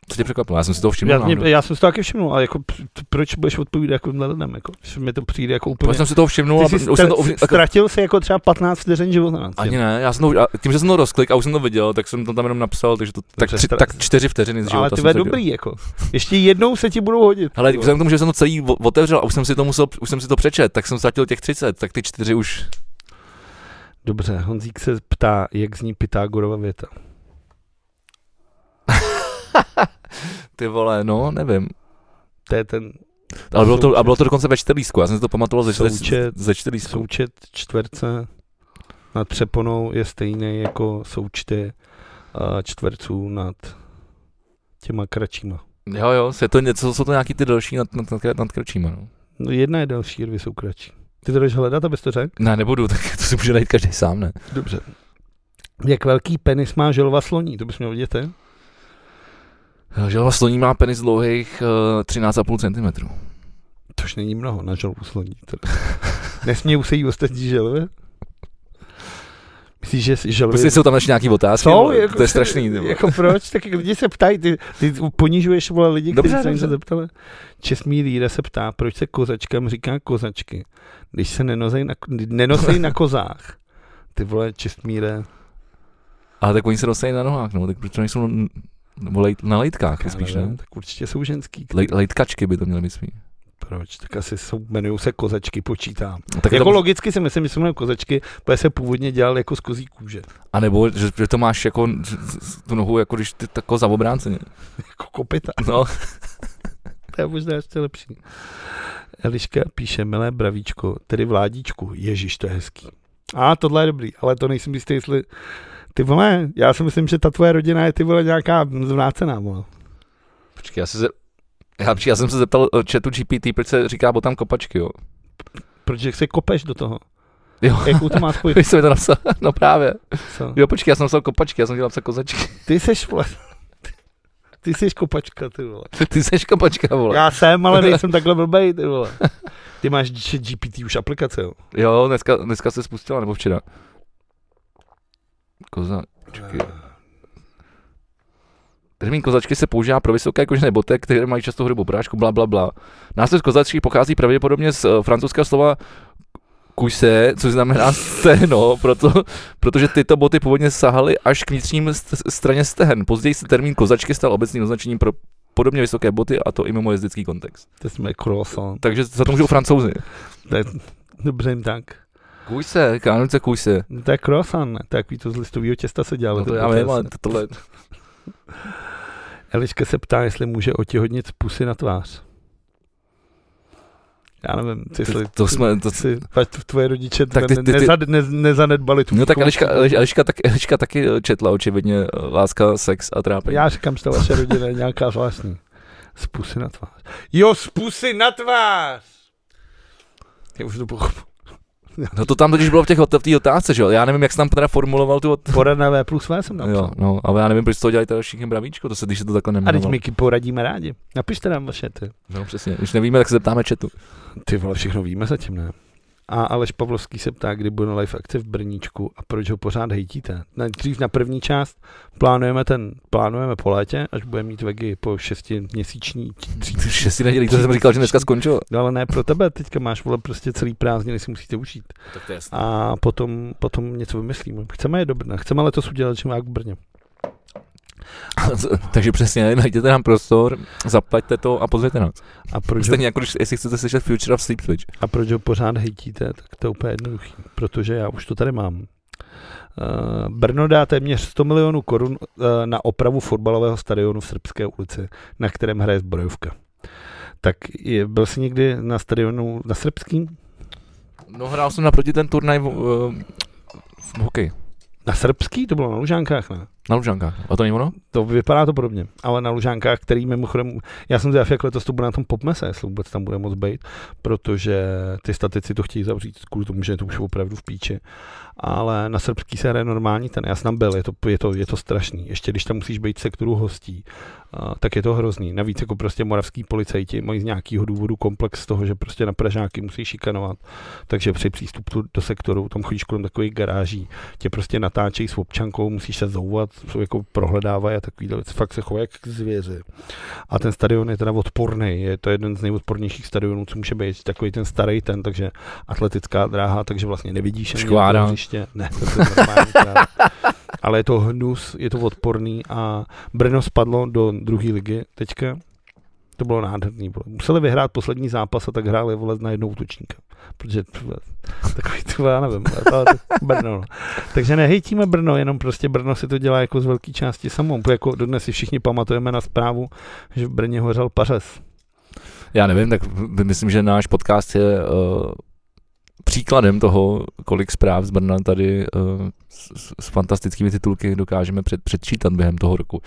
B: Co tě překvapilo? Já jsem si toho všiml.
A: Já, mě,
B: náhodou.
A: já, jsem si to taky všimnul, ale jako, p- t- proč budeš odpovídat jako lidem, jako, že mi to přijde jako
B: Já
A: úplně...
B: jsem si toho všiml,
A: Ty
B: No, a
A: jsi
B: už jsem to,
A: stra- ztratil si jako třeba 15 vteřin života na
B: ani ne, já jsem to, a tím, že jsem to rozklik a už jsem to viděl, tak jsem to tam jenom napsal, takže to, tak,
A: Dobře,
B: tři,
A: stra-
B: tak čtyři vteřiny z života.
A: Ale ty
B: jsem
A: ve
B: to dělal.
A: dobrý, jako. Ještě jednou se ti budou hodit.
B: Ale
A: ty vole.
B: vzhledem k tomu, že jsem to celý o- otevřel a už jsem si to musel, už jsem si to přečet, tak jsem ztratil těch 30, tak ty čtyři už.
A: Dobře, Honzík se ptá, jak zní Pythagorova věta.
B: Ty vole, no, nevím.
A: To je ten
B: Ale bylo to,
A: Součet.
B: a bylo to dokonce ve čtyřlísku, já jsem si to pamatoval ze, čtyř,
A: Součet.
B: ze čtyřlísku.
A: součet čtverce nad přeponou je stejný jako součty a, čtverců nad těma kratšíma.
B: Jo, jo, je to něco, jsou to nějaký ty další nad, nad, nad, nad krčíma, no.
A: No jedna je další, dvě jsou kratší. Ty to jdeš hledat, abys to řekl?
B: Ne, nebudu, tak to si může najít každý sám, ne?
A: Dobře. Jak velký penis má želva sloní? To bys měl vidět, je?
B: Želva sloní má penis dlouhých uh, 13,5 cm.
A: Tož není mnoho na želvu sloní. Teda. Nesmějí se jí ostatní želvy? Myslíš, že si želvy...
B: Prostě jsou tam ještě nějaký otázky,
A: Jsou,
B: vole,
A: jako-
B: to je strašný. Ty, vole.
A: Jako proč? Tak lidi se ptají, ty, ty ponižuješ vole lidi, kteří
B: Dobře,
A: se jim
B: dobře.
A: se zeptali. Česmí líra se ptá, proč se kozačkám říká kozačky, když se nenosej na, nenosej na kozách. Ty vole Čestmíre,
B: Ale tak oni se dostají na nohách, no, tak proč to nejsou na- nebo lej, na lejtkách,
A: já
B: spíš
A: nevím,
B: ne?
A: tak určitě jsou ženský. který-
B: Lej, lejtkačky by to měly být spíš.
A: Proč? Tak asi jsou, jmenují se kozačky, počítám.
B: No,
A: Tak
B: je
A: jako
B: to-
A: logicky si myslím, že se jmenují kozačky, protože se původně dělal jako z kozí kůže.
B: A nebo, že, že to máš jako že- že- tu nohu, jako když ty tako za obránce. ne?
A: Jako kopita.
B: No,
A: To je možná ještě lepší. Eliška píše, milé bravíčko, tedy vládíčku, ježíš, to je hezký. A tohle je dobrý, ale to nejsem jistý, jestli... Ty vole, já si myslím, že ta tvoje rodina je ty vole nějaká zvrácená, vole.
B: počkej, já, se ze... já, počkej, já jsem se zeptal eh, chatu GPT, proč se říká botám kopačky, jo.
A: Protože se kopeš do toho.
B: Jo.
A: Jakou to má spojit?
B: Vy jste mi to napsal, no právě.
A: Co?
B: Jo, počkej, já jsem napsal kopačky, já jsem chtěl napsat kozačky.
A: Ty seš, vole. Ty seš kopačka, ty vole.
B: Ty jsi kopačka, vole.
A: Já jsem, ale nejsem takhle blbej, ty vole. Ty máš že GPT už aplikace, jo.
B: Jo, dneska, dneska se spustila, nebo včera. Koza, Eh. Termín kozačky se používá pro vysoké kožené boty, které mají často hrubou prášku, bla, bla, bla. Název kozačky pochází pravděpodobně z eh, francouzského slova kuse, což znamená stehno, proto, protože tyto boty původně sahaly až k vnitřním st- straně stehen. Později se termín kozačky stal obecným označením pro podobně vysoké boty a to i mimo jezdický kontext.
A: To jsme croissant.
B: Takže za to můžou francouzi.
A: To je, dobře jim tak.
B: Kuse, kánuce kuse.
A: No to je croissant, ne? To je takový to z listového těsta se dělalo.
B: No to
A: ty
B: já
A: poté
B: vím, ale
A: se-
B: tohle...
A: Eliška se ptá, jestli může otěhodnit z pusy na tvář. Já nevím, ty jestli...
B: To jsme, to,
A: si, ať tvoje rodiče tak
B: Tak
A: ty,
B: ty- ty- ty-
A: nezad, ne, nezanedbali tu
B: No tak
A: výchovu.
B: Eliška, Eliš- Eliška, tak, Eliška taky eh, četla očividně eh, láska, sex a trápení.
A: Já říkám, že ta vaše rodina je nějaká zvláštní. Z pusy na tvář. Jo, z pusy na tvář! Já už to pochopil.
B: No to tam totiž bylo v těch ot- v té otázce, že jo? Já nevím, jak jsem tam teda formuloval tu otázku.
A: Porada V plus V jsem napsal.
B: Jo, no, ale já nevím, proč z toho dělají teda všichni bravíčko, to se, když se to takhle
A: A teď
B: nemělo.
A: my poradíme rádi. Napište nám vaše ty.
B: No přesně, když nevíme, tak se zeptáme chatu.
A: Ty vole, všechno víme zatím, ne? A Aleš Pavlovský se ptá, kdy bude live akce v Brníčku a proč ho pořád hejtíte. Na- Dřív na první část plánujeme ten, plánujeme po létě, až bude mít Vegy po šestiměsíční.
B: Šestý nedělí, to jsem říkal, že dneska skončilo.
A: No ale ne pro tebe, teďka máš vole prostě celý prázdniny, si musíte učít.
B: Tak to je jasné.
A: A potom, potom něco vymyslíme. Chceme je do Brna, chceme letos udělat čím k Brně.
B: Takže přesně, najděte nám prostor, zaplaťte to a pozvěte nás.
A: A proč, ho,
B: Stejně jako když, jestli chcete slyšet Future of Sleep Switch.
A: a proč ho pořád hejtíte, tak to je úplně jednoduchý, protože já už to tady mám. Eh, Brno dá téměř 100 milionů korun eh, na opravu fotbalového stadionu v Srbské ulici, na kterém hraje zbrojovka. Tak je, byl jsi někdy na stadionu na srbským?
B: No hrál jsem naproti ten turnaj v, eh, v hokeji,
A: Na srbský? To bylo na Lužánkách, ne?
B: na Lužankách. A to není ono?
A: To vypadá to podobně, ale na Lužánkách, který mimochodem, já jsem zvědav, jak letos to bude na tom popmese, jestli vůbec tam bude moc být, protože ty statici to chtějí zavřít kvůli tomu, že je to už opravdu v píči. Ale na srbský se hraje normální ten, já jsem tam byl, je to, je to, je to strašný. Ještě když tam musíš být v sektoru hostí, a, tak je to hrozný. Navíc jako prostě moravský policajti mají z nějakého důvodu komplex z toho, že prostě na Pražáky musí šikanovat. Takže při přístupu do sektoru, tam chodíš kolem takových garáží, tě prostě natáčejí s občankou, musíš se zouvat, jsou jako prohledávají a takovýhle věci. Fakt se chovají jak zvěři. A ten stadion je teda odporný, je to jeden z nejodpornějších stadionů, co může být takový ten starý ten, takže atletická dráha, takže vlastně nevidíš ani
B: Škvára.
A: to hřiště. Ne, to je normální tráva. Ale je to hnus, je to odporný a Brno spadlo do druhé ligy teďka. To bylo nádherný. Bylo. Museli vyhrát poslední zápas a tak hráli vole na jednou útočníka. Protože tve, takový to já nevím, ale to, ale to- Brno. no. Takže nehejtíme Brno, jenom prostě Brno si to dělá jako z velké části samou. Jako dodnes si všichni pamatujeme na zprávu, že v Brně hořel pařes.
B: Já nevím, tak myslím, že náš podcast je uh, příkladem toho, kolik zpráv z Brna tady uh, s, s fantastickými titulky dokážeme před, předčítat během toho roku.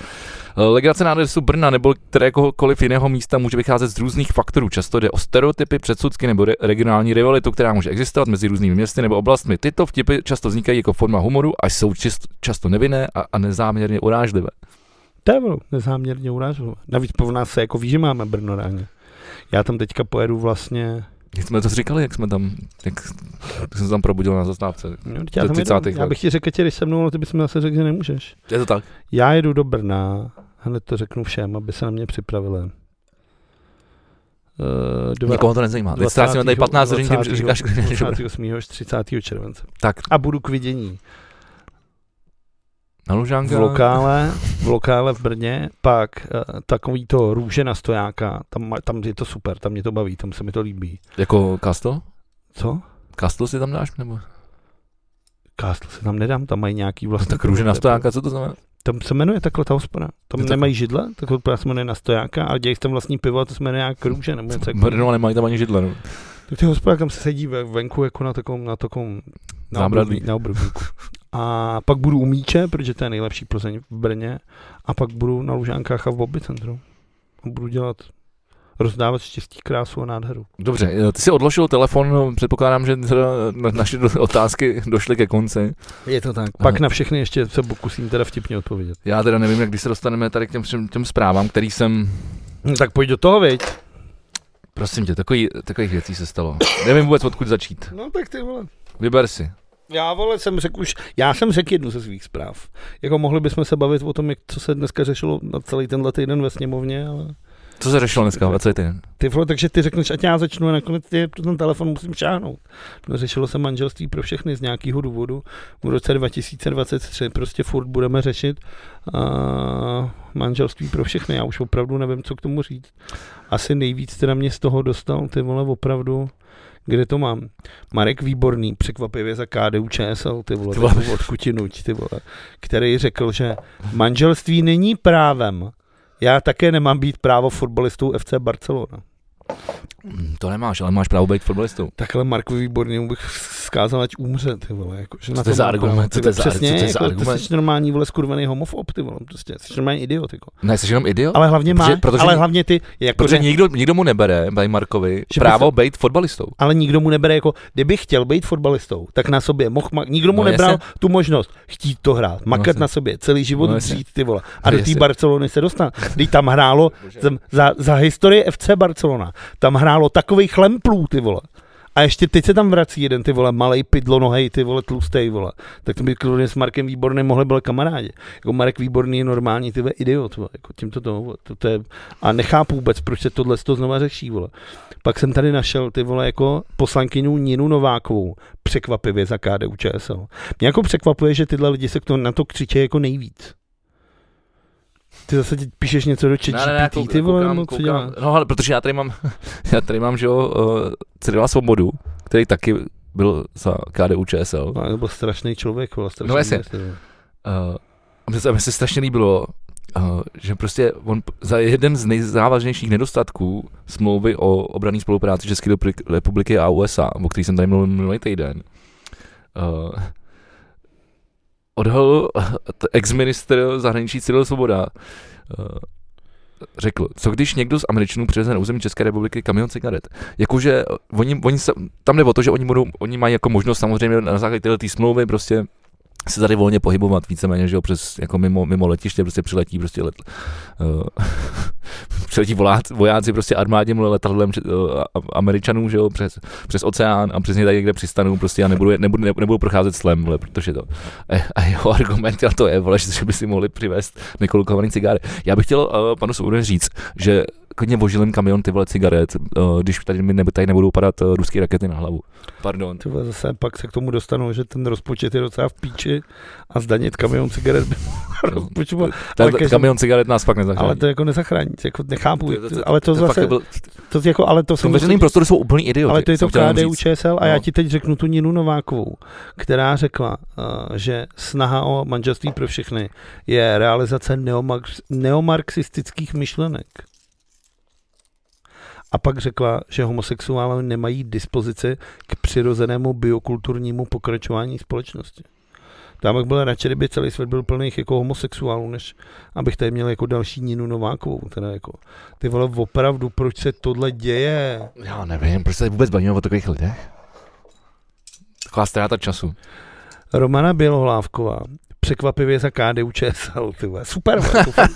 B: Uh, legrace na adresu Brna nebo kteréhokoliv jiného místa může vycházet z různých faktorů. Často jde o stereotypy, předsudky nebo re- regionální rivalitu, která může existovat mezi různými městy nebo oblastmi. Tyto vtipy často vznikají jako forma humoru a jsou čist, často nevinné a, a nezáměrně urážlivé.
A: To je ono, nezáměrně urážilo. Navíc po nás se jako ví, že máme Brno ráně. Já tam teďka pojedu vlastně...
B: Jak jsme to říkali, jak jsme tam, jak, jak jsem se tam probudil na zastávce.
A: No, teď já,
B: Do
A: tam
B: 30.
A: jedu, já
B: let.
A: bych ti řekl, tě, když se mnou, ale ty bys mi zase řekl, že nemůžeš.
B: Je to tak?
A: Já jedu do Brna, hned to řeknu všem, aby se na mě připravili. Uh,
B: Nikoho to nezajímá. Teď ztrácíme tady 15 hodin, tím, že říkáš, že není dobré.
A: 28. až 30. července.
B: Tak,
A: A budu k vidění
B: na Lužánka.
A: v lokále, v lokále v Brně, pak eh, takový to růže na stojáka, tam, ma- tam je to super, tam mě to baví, tam se mi to líbí.
B: Jako Kastel?
A: Co?
B: Kastel si tam dáš? Nebo?
A: Kásl se tam nedám, tam mají nějaký
B: No,
A: vlastně.
B: tak růže na stojáka, co to znamená?
A: Tam se jmenuje takhle ta hospoda. Tam
B: Je to-
A: nemají židle, tak hospoda se jmenuje na stojáka, ale dělají tam vlastní pivo a to se jmenuje nějak růže nebo něco. takového.
B: Brno, ale nemají tam ani židle. No.
A: Tak ty hospoda tam se sedí ve, venku jako na takom, na takom na
B: Zábradlí.
A: obrubní- na obrubníku. A pak budu u Míče, protože to je nejlepší Plzeň v Brně. A pak budu na Lužánkách a v Bobby centru. A budu dělat rozdávat štěstí, krásu a nádheru.
B: Dobře, eh, ty si odložil telefon, no, předpokládám, že teda na- naše do- otázky došly ke konci.
A: Je to tak.
B: Aha.
A: Pak na všechny ještě se pokusím teda vtipně odpovědět.
B: Já teda nevím, jak když se dostaneme tady k těm, všem těm zprávám, který jsem
A: No, tak pojď do toho, viď?
B: Prosím tě, takový, takových věcí se stalo. Nevím vůbec, odkud začít.
A: No tak ty vole.
B: Vyber si.
A: Já vole jsem řekl už, já jsem řekl jednu ze svých zpráv. Jako mohli bychom se bavit o tom, jak, co se dneska řešilo na celý tenhle týden ve sněmovně, ale...
B: Co se řešilo dneska? A co je ty?
A: Ty vole, takže ty řekneš, ať já začnu a nakonec ty pro ten telefon musím šáhnout. No, řešilo se manželství pro všechny z nějakého důvodu. V roce 2023 prostě furt budeme řešit a manželství pro všechny. Já už opravdu nevím, co k tomu říct. Asi nejvíc teda mě z toho dostal, ty vole, opravdu kde to mám? Marek Výborný, překvapivě za KDU ČSL, ty vole,
B: Ty vole.
A: takovou odkutinuť, ty vole, který řekl, že manželství není právem. Já také nemám být právo fotbalistů FC Barcelona.
B: Hm, To nemáš, ale máš právo být fotbalistou.
A: Takhle Marku výborně bych vzkázal, ať umře, ty vole. Jako, že
B: Co
A: na
B: to je
A: tom
B: za
A: má
B: argument?
A: právo,
B: Co
A: ty
B: to je
A: vole.
B: za-
A: Přesně,
B: co to je za
A: jako,
B: argument?
A: Ty jsi normální, vole, skurvený homofob, ty vole, prostě, jsi normální idiot, jako.
B: Ne, jsi jenom idiot?
A: Ale hlavně má,
B: No. Protože- protože
A: ale
B: ni-
A: hlavně ty, jako
B: Protože
A: ne,
B: nikdo, nikdo mu nebere, tady Markovi,
A: Že prostě- by
B: právo být fotbalistou.
A: ale nikdo mu nebere, jako, kdyby chtěl být fotbalistou, tak na sobě mohl, ma- nikdo mu
B: No,
A: no, nebral
B: jasně.
A: tu možnost chtít to hrát, makat
B: jasně.
A: na sobě, celý život
B: No,
A: no,
B: jasně.
A: dřít, ty vole.
B: No,
A: A do té
B: jasně.
A: Barcelony se dostat. Když tam hrálo, zem- za, za historie FC Barcelona, tam hrálo takových lemplů, ty vole. A ještě teď se tam vrací jeden, ty vole, malej pidlonohej, ty vole, tlustej, vole. Tak to by klidně s Markem Výborným mohli byli kamarádi. Jako Marek Výborný je normální, ty vole, idiot, vole. Jako tím to, to, to, to je, a nechápu vůbec, proč se tohle to znova řeší, vole. Pak jsem tady našel, ty vole, jako poslankynu Ninu Novákovou, překvapivě za KDU ČSL. Mě jako překvapuje, že tyhle lidi se k to, na to křičí jako nejvíc. Ty zase ti píšeš něco do ChatGPT, ty vole, nebo co děláš?
B: No ale protože já tady mám, já tady mám, že jo, uh, Cyrila Svobodu, který taky byl za KDU ČSL.
A: No, to byl strašný člověk, vole, strašný
B: No, jasně.
A: věc, ty vole.
B: Uh, a mně se, mně se strašně líbilo, uh, že prostě on p- za jeden z nejzávažnějších nedostatků smlouvy o obrané spolupráci České repri- republiky a USA, o který jsem tady mluvil minulý týden, uh, odhalil t- ex-ministr zahraničí Cyril Svoboda, uh, řekl, co když někdo z Američanů přiveze na území České republiky kamion cigaret. Jakože eh, oni, oni se, tam jde o to, že oni, budou, oni mají jako možnost samozřejmě na základě této tý smlouvy prostě se tady volně pohybovat víceméně, že jo, přes, jako mimo, mimo letiště prostě přiletí prostě let, uh, přiletí volát, vojáci prostě armádním letadlem uh, američanů, že jo, přes, přes oceán a přesně tady někde přistanou prostě a nebudu, je- nebudu, ne- nebudu procházet slem, vole, protože to. A, a jeho argument na to je, vole, že, že by si mohli přivést nekolokovaný cigáry. Já bych chtěl uh, panu Soubodovi říct, že klidně vožilem kamion ty vole cigaret, uh, když tady, mi nebe, tady nebudou padat uh, ruské rakety na hlavu. Pardon.
A: Ty vole, zase pak se k tomu dostanu, že ten rozpočet je docela v píči a zdanit kamion cigaret by mohl
B: No,
A: rozpočtovat.
B: Ten,
A: ale každý-
B: kamion cigaret nás fakt nezachrání.
A: Ale to jako nezachrání, jako nechápu,
B: To- to- to-
A: ale to,
B: fakt
A: zase,
B: byl-
A: to jako, ale to
B: V tom
A: jsou
B: veřejném prostoru jsou úplný idioti.
A: Ale to je to
B: jsem chtěl jenom
A: KDU
B: říct.
A: ČSL a
B: No.
A: já ti teď řeknu tu Ninu Novákovou, která řekla, eh, že snaha o manželství pro všechny je realizace neomarx, neomarxistických myšlenek. A pak řekla, že homosexuálové nemají dispozici k přirozenému biokulturnímu pokračování společnosti. Tam bych byl radši, kdyby celý svět byl plný jako homosexuálů, než abych tady měl jako další Ninu Novákovou. Teda jako, ty vole, opravdu, proč se tohle děje?
B: Já nevím, proč se tady vůbec bavíme o takových lidech? Taková ztráta času.
A: Romana Bělohlávková, překvapivě za KDU ČSL, ty vole, super, vole, to fakt.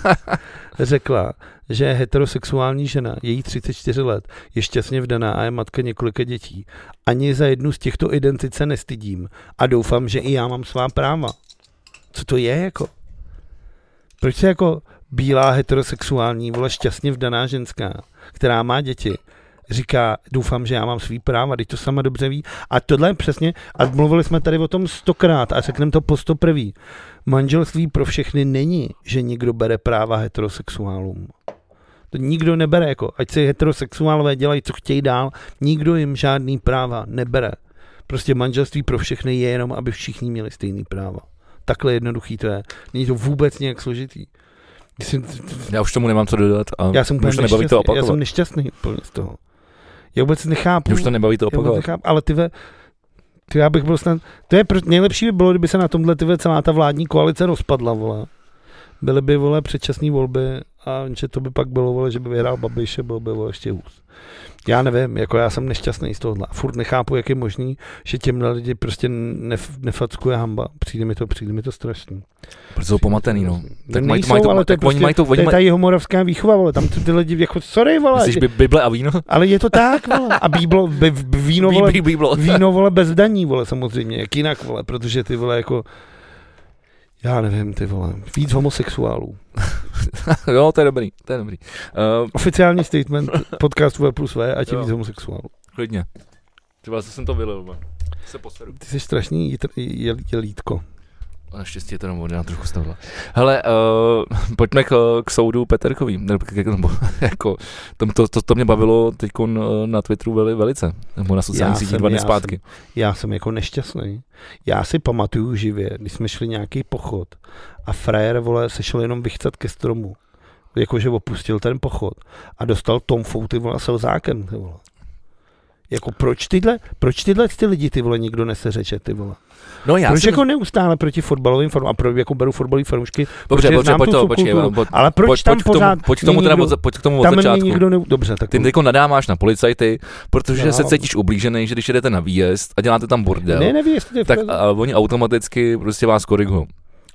A: řekla, že heterosexuální žena, její 34 let, je šťastně vdaná a je matka několika dětí. Ani za jednu z těchto identit se nestydím a doufám, že i já mám svá práva. Co to je jako? Proč se jako bílá heterosexuální, vole šťastně vdaná ženská, která má děti, říká, doufám, že já mám svý práva, teď to sama dobře ví. A tohle je přesně, a mluvili jsme tady o tom stokrát a řekneme to po stoprvý. Manželství pro všechny není, že nikdo bere práva heterosexuálům. To nikdo nebere, jako, ať si heterosexuálové dělají, co chtějí dál, nikdo jim žádný práva nebere. Prostě manželství pro všechny je jenom, aby všichni měli stejný práva. Takhle jednoduchý to je. Není to vůbec nějak složitý. Myslím,
B: Já už tomu nemám co dodat a
A: já jsem
B: mě
A: úplně
B: No, už to nebaví to
A: nešťastný, já
B: opakovat.
A: jsem nešťastný úplně z toho. Já vůbec nechápu.
B: Mě už to nebaví to
A: já vůbec
B: opakovat.
A: nechápu, ale ty ve, ty já bych byl snad, to je pro, nejlepší by bylo, kdyby se na tomhle ty ve, celá ta vládní koalice rozpadla, vole. Byly by, vole, předčasné volby a že to by pak bylo, vole, že by vyhrál Babiš a bylo by, vole, ještě hůř. Já nevím, jako já jsem nešťastný z tohohle. Furt nechápu, jak je možný, že těmhle lidi prostě nef, nefackuje hamba. Přijde mi to, přijde mi to strašný.
B: Protože jsou pomatený, no. Tak mají
A: Nejsou,
B: to, mají to,
A: ale to je
B: tak oni
A: prostě-
B: mají to,
A: To
B: oni
A: je ta
B: mají,
A: jihomoravská výchova, vole, tam ty, ty lidi jako, sorry, vole,
B: myslíš by, Bible a víno?
A: ale je to tak, vole. A bíblo, b, b, víno,
B: Bí-
A: vole,
B: bí- Bíblo.
A: víno, vole, bez daní, vole, samozřejmě, jak jinak, vole, protože ty, vole, jako, já nevím, ty vole, víc homosexuálů.
B: Jo, to je dobrý, to je dobrý. Uh,
A: Oficiální statement podcastu V plus V, ať je
B: Jo.
A: víc homosexuálů.
B: klidně. Ty vole, co jsem to vylil, vole. Se poseru.
A: Ty jsi strašný jitr, jel, jelítko.
B: A Naštěstí je to jenom voda, trochu stavila. Hele, uh, pojďme k, k soudu Peterkový. Nebo, k- nebo jako, to, to, to, to mě bavilo teď eh, na Twitteru veli, velice. Nebo na sociálních
A: Já
B: sítích
A: jsem-
B: dva dny
A: já
B: zpátky.
A: Já jsem jako nešťastný. Já si pamatuju živě, když jsme šli nějaký pochod a frajer, vole, se šel jenom vychcat ke stromu. Jakože opustil ten pochod a dostal tom ty vole, selzákem, ty vole. Jako proč tyhle, proč tyhle ty lidi ty vole nikdo neseřeče ty vole?
B: No já
A: proč
B: jsem...
A: jako neustále proti fotbalovým formám a pro, jako beru fotbalové formušky,
B: Dobře,
A: protože
B: počkej,
A: znám
B: pojď
A: tu
B: to, počkej,
A: subkulturu.
B: pojď,
A: ale proč
B: pojď,
A: tam
B: pojď
A: pořád
B: k tomu, pojď k tomu,
A: mě
B: teda,
A: nikdo-
B: od- pojď k tomu od
A: tam mě
B: začátku.
A: nikdo ne... Dobře, tak
B: Ty jako nadáváš na policajty, protože
A: No.
B: no. se cítíš ublížený, že když jedete na výjezd a děláte tam bordel,
A: ne, neví, jestli to je
B: tak
A: v-
B: a, oni automaticky prostě vás korigují.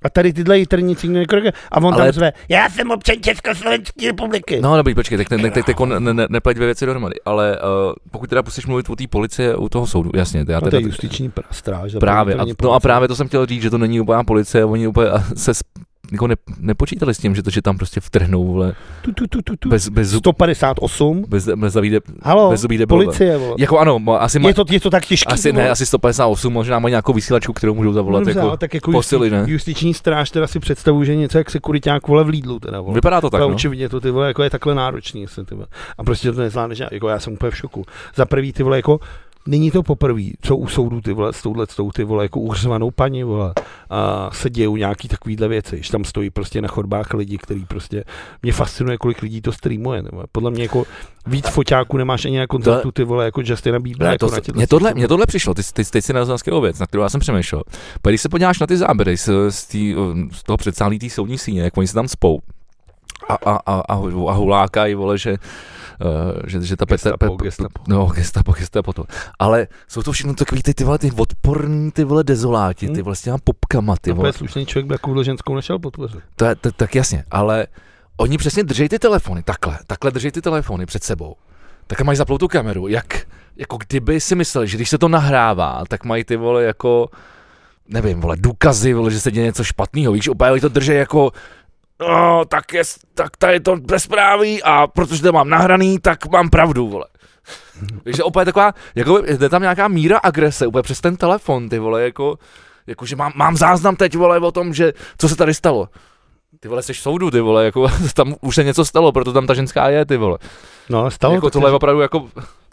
A: A tady tyhle jitrníci nikdo nekrokuje. A on tam
B: Ale-
A: řve, já jsem občan Československé republiky.
B: No, dobrý, počkej, tak, ne, tak, tak, tak ne, ne, nepleť dvě věci dohromady, ale uh, pokud teda pustíš mluvit o té policie, u toho soudu, jasně, to já
A: No to
B: teda,
A: je justiční pra- stráž. za
B: právě, a,
A: první
B: no a
A: policie.
B: právě to jsem chtěl říct, že to není úplná policie, oni úplně a, se s- jako ne, nepočítali s tím, že to, že tam prostě vtrhnou, vole,
A: Tu, tu, tu, tu, tu.
B: bez, bez, zub,
A: 158.
B: bez, bez, zavíde,
A: Halo,
B: bez zubí debilové.
A: policie, vole.
B: Jako ano, ma- asi, ma,
A: Je to, je to tak těžký.
B: asi
A: vole.
B: ne, asi 158, možná mají nějakou vysílačku, kterou můžou
A: No
B: zavolat,
A: dobře,
B: jako,
A: ale tak jako
B: posily,
A: justi-
B: ne?
A: justiční stráž, teda si představuju, že něco jak sekuriták vole v Lidlu, teda vole.
B: vypadá to tak,
A: Tak,
B: no.
A: Očividně to ty vole, jako je takhle náročný, jestli, ty vole. A prostě to nezvládneš, jako já jsem úplně v šoku. Za prvý ty vole, jako Není to poprvé, co u soudu ty vole, s touhle tou ty vole, jako uřvanou paní vole, a se dějou nějaký takovýhle věci, že tam stojí prostě na chodbách lidi, který prostě, mě fascinuje, kolik lidí to streamuje, nebo podle mě jako víc foťáků nemáš ani na koncertu ty vole, jako Justina Biebera,
B: Ne,
A: jako
B: to,
A: na těchto
B: mě, tohle,
A: těch-
B: mě tohle přišlo, ty, ty, teď si narazil na skvělou věc, na kterou já jsem přemýšlel. Pak když se podíváš na ty záběry z, z, tý, um, z toho předsálí té soudní síně, jak oni se tam spou a, a, a, a, a hulákají, vole, že, eh, že, že ta Petra...
A: Gestapo, gestapo.
B: No, gestapo, gestapo to. Ale jsou to všechno takový ty, ty vole, ty odporní, ty vole dezoláti, ty
A: Hmm.
B: vole s těma popkama, ty
A: Ty
B: vole.
A: vole. slušný člověk by takovouhle ženskou našel potvořit.
B: To, je- to, tak jasně, ale oni přesně držej ty telefony, takhle, takhle držej ty telefony před sebou. Tak mají zaplou tu kameru, jak, jako kdyby si mysleli, že když se to nahrává, tak mají ty vole jako, nevím, vole, důkazy, vole, že se děje něco špatného, víš, úplně oni to držej jako, no, tak je, tak tady je to bezpráví a protože to mám nahraný, tak mám pravdu, vole. Víš, že opět taková, jako jde tam nějaká míra agrese, úplně přes ten telefon, ty vole, jako, jako že mám, mám záznam teď, vole, o tom, že co se tady stalo. Ty vole, jsi v soudu, ty vole, jako tam už se něco stalo, proto tam ta ženská je, ty vole.
A: No, ale stalo
B: jako
A: to,
B: tohle je
A: ta,
B: opravdu jako,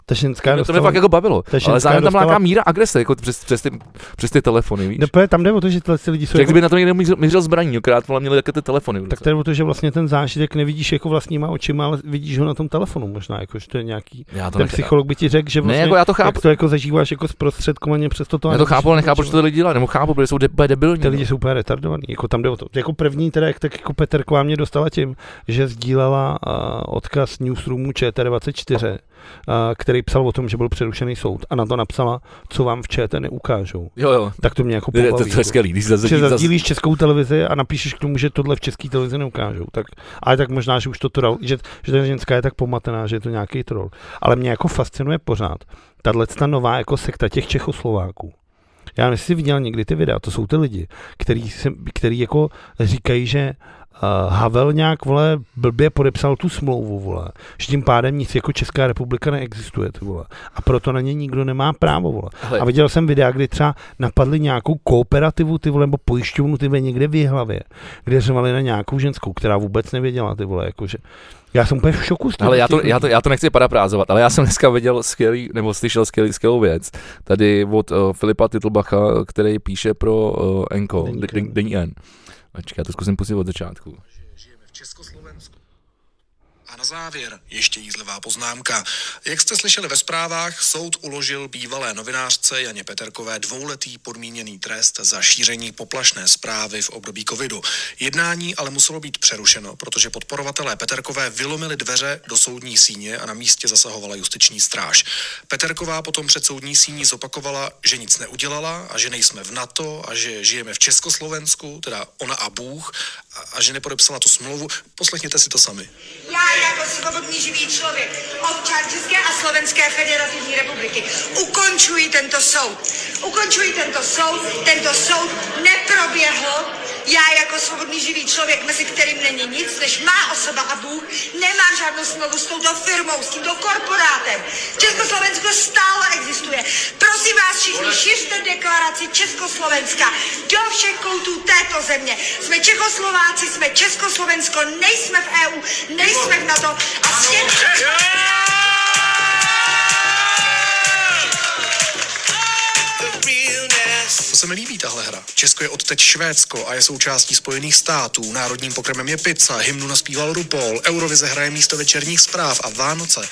A: ta ženská
B: mě to mě
A: dostala-
B: fakt jako bavilo,
A: ženská
B: ale zároveň tam
A: dostala-
B: nějaká míra agrese, jako přes, přes, ty, přes ty telefony, víš.
A: No, právě tam jde o to, že tyhle ty lidi jsou
B: Že jak
A: jako
B: kdyby na to někdo mířil, mířil zbraní, akorát vole, měli také ty telefony v ruce.
A: Tak to je o to, že vlastně ten zážitek nevidíš jako vlastníma očima, ale vidíš ho na tom telefonu možná, jako, že to je nějaký...
B: já to
A: ten
B: nechápu.
A: psycholog by ti řekl, že
B: Ne,
A: vlastně,
B: jako já to chápu,
A: jak to jako zažíváš jako zprostředkovaně, přesto to...
B: já to
A: nevidíš
B: chápu, ale nechápu, proč
A: očima.
B: to ty lidi dělají, nebo chápu, protože jsou de, úplně debilní.
A: Ty
B: no.
A: lidi jsou úplně retardovaný, jako tam jde o to. Jako první teda, jak tak jako Peterková mě dostala tím, že sdílela uh, odkaz newsroomu ČT24, uh, který psal o tom, že byl přerušený soud a na to napsala, co vám v ČT neukážou.
B: Jo, jo,
A: Tak to mě jako
B: to, je-
A: pobaví.
B: to, to je
A: jako.
B: skvělý, když zase,
A: že
B: zase
A: zazdílíš českou televizi a napíšeš k tomu, že tohle v české televizi neukážou. Tak, ale tak možná, že už to troll, že, že ta ženská je tak pomatená, že je to nějaký troll. Ale mě jako fascinuje pořád tahle ta nová jako sekta těch Čechoslováků. Já nevím, jestli jsi viděl někdy ty videa, to jsou ty lidi, který, se, který jako říkají, že uh, Havel nějak, vole, blbě podepsal tu smlouvu, vole, že tím pádem nic jako Česká republika neexistuje, ty vole, a proto na ně nikdo nemá právo, vole.
B: Hele,
A: A viděl jsem videa, kdy třeba napadli nějakou kooperativu, ty vole, nebo pojišťovnu, ty vole, někde v hlavě, kde řvali na nějakou ženskou, která vůbec nevěděla, ty vole, jakože. Já jsem úplně v šoku z toho.
B: Ale já to, já, to, já to nechci parafrázovat, ale já jsem dneska viděl skvělý, nebo slyšel skvělý, skvělou věc tady od uh, Filipa Titlbacha, který píše pro uh, Enko,
A: Deník N.
B: Deník N. Ačka, já to zkusím pustit od začátku.
C: žijeme v Československu. A na závěr ještě jízlivá poznámka. Jak jste slyšeli ve zprávách, soud uložil bývalé novinářce Janě Peterkové dvouletý podmíněný trest za šíření poplašné zprávy v období covidu. Jednání ale muselo být přerušeno, protože podporovatelé Peterkové vylomili dveře do soudní síně a na místě zasahovala justiční stráž. Peterková potom před soudní síní zopakovala, že nic neudělala a že nejsme v NATO a že žijeme v Československu, teda ona a Bůh, a, a že nepodepsala tu smlouvu. Poslechněte si to sami.
D: Já jako svobodný živý člověk, občan České a Slovenské federativní republiky, ukončuji tento soud. Ukončuji tento soud, tento soud neproběhl. Já jako svobodný živý člověk, mezi kterým není nic, než má osoba a Bůh, nemám žádnou smlouvu s touto firmou, s tímto korporátem. Československo stále existuje. Prosím vás všichni, šiřte deklaraci Československa do všech koutů této země. Jsme Čechoslováci, jsme Československo, nejsme v EU, nejsme v NATO a s těm
E: the realness.
C: To se mi líbí tahle hra. Česko je odteď Švédsko a je součástí Spojených států. Národním pokrmem je pizza, hymnu naspíval Rupol, Eurovize hraje místo večerních zpráv a Vánoce.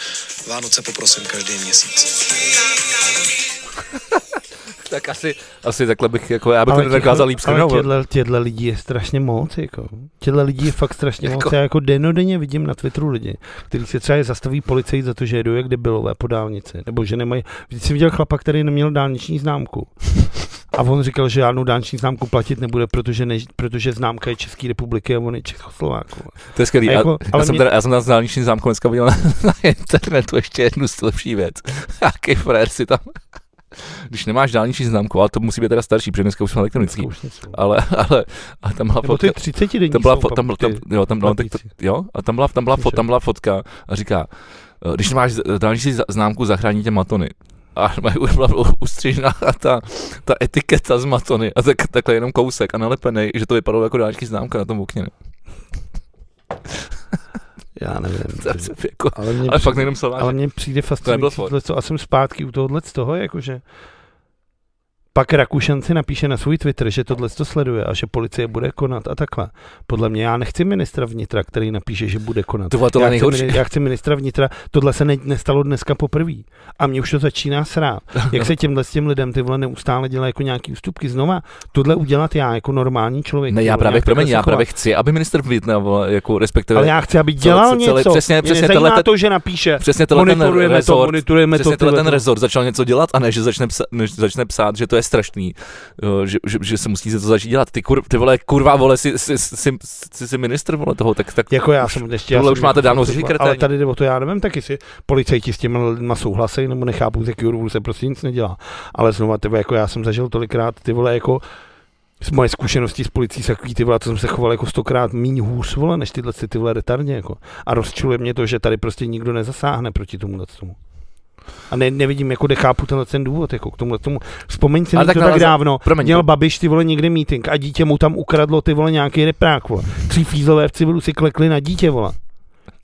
C: Vánoce poprosím každý měsíc.
B: Tak asi, asi takhle bych, jako já bych to
A: těchto-
B: nedokázal líp
A: ale
B: schrnout.
A: těhle- těhle, lidí je strašně moc, jako. Těhle lidí je fakt strašně moc.
B: Jako-
A: Já jako denodenně vidím na Twitteru lidi, kteří se třeba je zastaví policajt za to, že jedou jak debilové po dálnici, nebo že nemají... Vždyť jsem viděl chlapa, který neměl dálniční známku. A on říkal, že žádnou dálniční známku platit nebude, protože, ne, protože známka je České republiky a on je Českoslovák. vole.
B: To je skvělý.
A: A jako-
B: Jako, já,
A: ale
B: jsem
A: mě-
B: teda, já jsem tam s dálničním zámku dneska viděl na, na internetu ještě jednu lepší věc. Jaký frér si tam... Když nemáš dálniční známku, ale to musí být teda starší, protože dneska už jsme elektronický.
A: Jako Už nejsou.
B: Ale, ale, a tam byla
A: Nebo
B: fotka,
A: ty 30 denní
B: tam byla, fo, tam, tam, jo, tam, no, tak to,
A: Platící.
B: jo, a tam byla, tam, byla, fo, tam byla fotka a říká, eh, když máš z- dálniční za- známku, zachrání tě matony. A normálně už byla ustřižená ta, ta etiketa z matony a tak, takhle jenom kousek a nalepený, že to vypadalo jako dálniční známka na tom okně. ne?
A: Já nevím.
B: To je Jako,
A: Ale, mě
B: ale fakt
A: přijde-
B: nejsem
A: Ale
B: ale...
A: mně přijde
B: nebyl
A: fascinující
B: fot.
A: tohleto a jsem zpátky u tohohle z toho, jakože pak Rakušan si napíše na svůj Twitter, že tohle to sleduje a že policie bude konat a takhle. Podle mě já nechci ministra vnitra, který napíše, že bude konat.
B: To bylo tohle
A: já, chci,
B: nejhorší.
A: mini- já chci ministra vnitra, tohle se ne, nestalo dneska poprvé. A mě už to začíná srát. Jak se těmhle s těm lidem ty vole neustále dělá jako nějaký ústupky znova. Tohle udělat já jako normální člověk.
B: Ne, já
A: vole,
B: právě,
A: nějak
B: promiň,
A: takhle
B: já
A: se chovat.
B: právě chci, aby minister vnitra, vole, jako respektive,
A: Ale já chci, aby
B: co-
A: dělal
B: co- celý-
A: něco.
B: přesně-
A: Mě
B: přesně
A: nezajímá
B: tenhle ten-
A: to, že napíše.
B: přesně tenhle ten
A: monitorujeme to,
B: rezort,
A: monitorujeme
B: přesně
A: to.
B: tenhle ten
A: tyhle to.
B: rezort začal něco dělat a ne, že začne, psa, než začne psát, že to je strašný, eh, že, že, že se musí se to začít dělat. Ty, kur, ty vole, kurva, vole, jsi, jsi, jsi, jsi, jsi minister, vole, toho, tak, tak
A: Jako já jsem ještě... já
B: tohle
A: jsem
B: už máte
A: jako-
B: dávno řešit,
A: Ale
B: kreténi.
A: tady jde o to, já nevím taky, jestli policajti s těmi lidmi souhlasí, nebo nechápu, z jakého důvodu se prostě nic nedělá. Ale znova, ty vole, jako já jsem zažil tolikrát, ty vole, jako z moje zkušenosti s policií se takový, ty vole, to jsem se choval jako stokrát míň hůř, vole, než tyhle ty, ty vole retardně, jako. A rozčiluje mě to, že tady prostě nikdo nezasáhne proti tomu tomu. A ne, nevidím, jako nechápu tenhle ten důvod, jako k tomuhle tomu. Vzpomeň si,
B: Ale
A: není
B: tak
A: to tak
B: naleze-
A: dávno,
B: promiň,
A: měl
B: to-
A: Babiš ty vole někde meeting a dítě mu tam ukradlo ty vole nějaký reprák, vole. Tři fízlové v civilu si klekli na dítě, vole.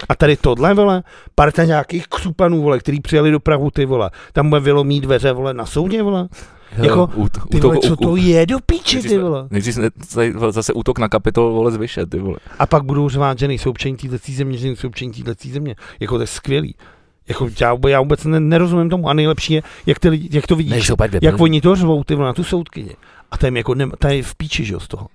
A: A tady tohle, vole, parta nějakých křupanů, vole, který přijeli do Prahu, ty vole, tam bude vylomí dveře, vole, na soudě, vole.
B: hele,
A: jako,
B: u, t-
A: Ty
B: u toho,
A: vole, co
B: u,
A: to
B: u,
A: je do píči,
B: nejdřív
A: ty
B: jsme-
A: vole.
B: Nejdřív jsme- tady, vole, zase útok na kapitol, vole, zvyše, ty vole.
A: A pak budou řvát, že nejsou občaní téhle země, že nejsou občaní téhle země. Jako to je skvělý. Jako já, vůbec- já vůbec ne, nerozumím tomu. A nejlepší je, jak, ty lidi, jak to vidíš.
B: opak
A: Jak oni to řvou, ty vole, na tu soudkyni. A ta, jim jako ne, ta je v píči, že jo, z toho.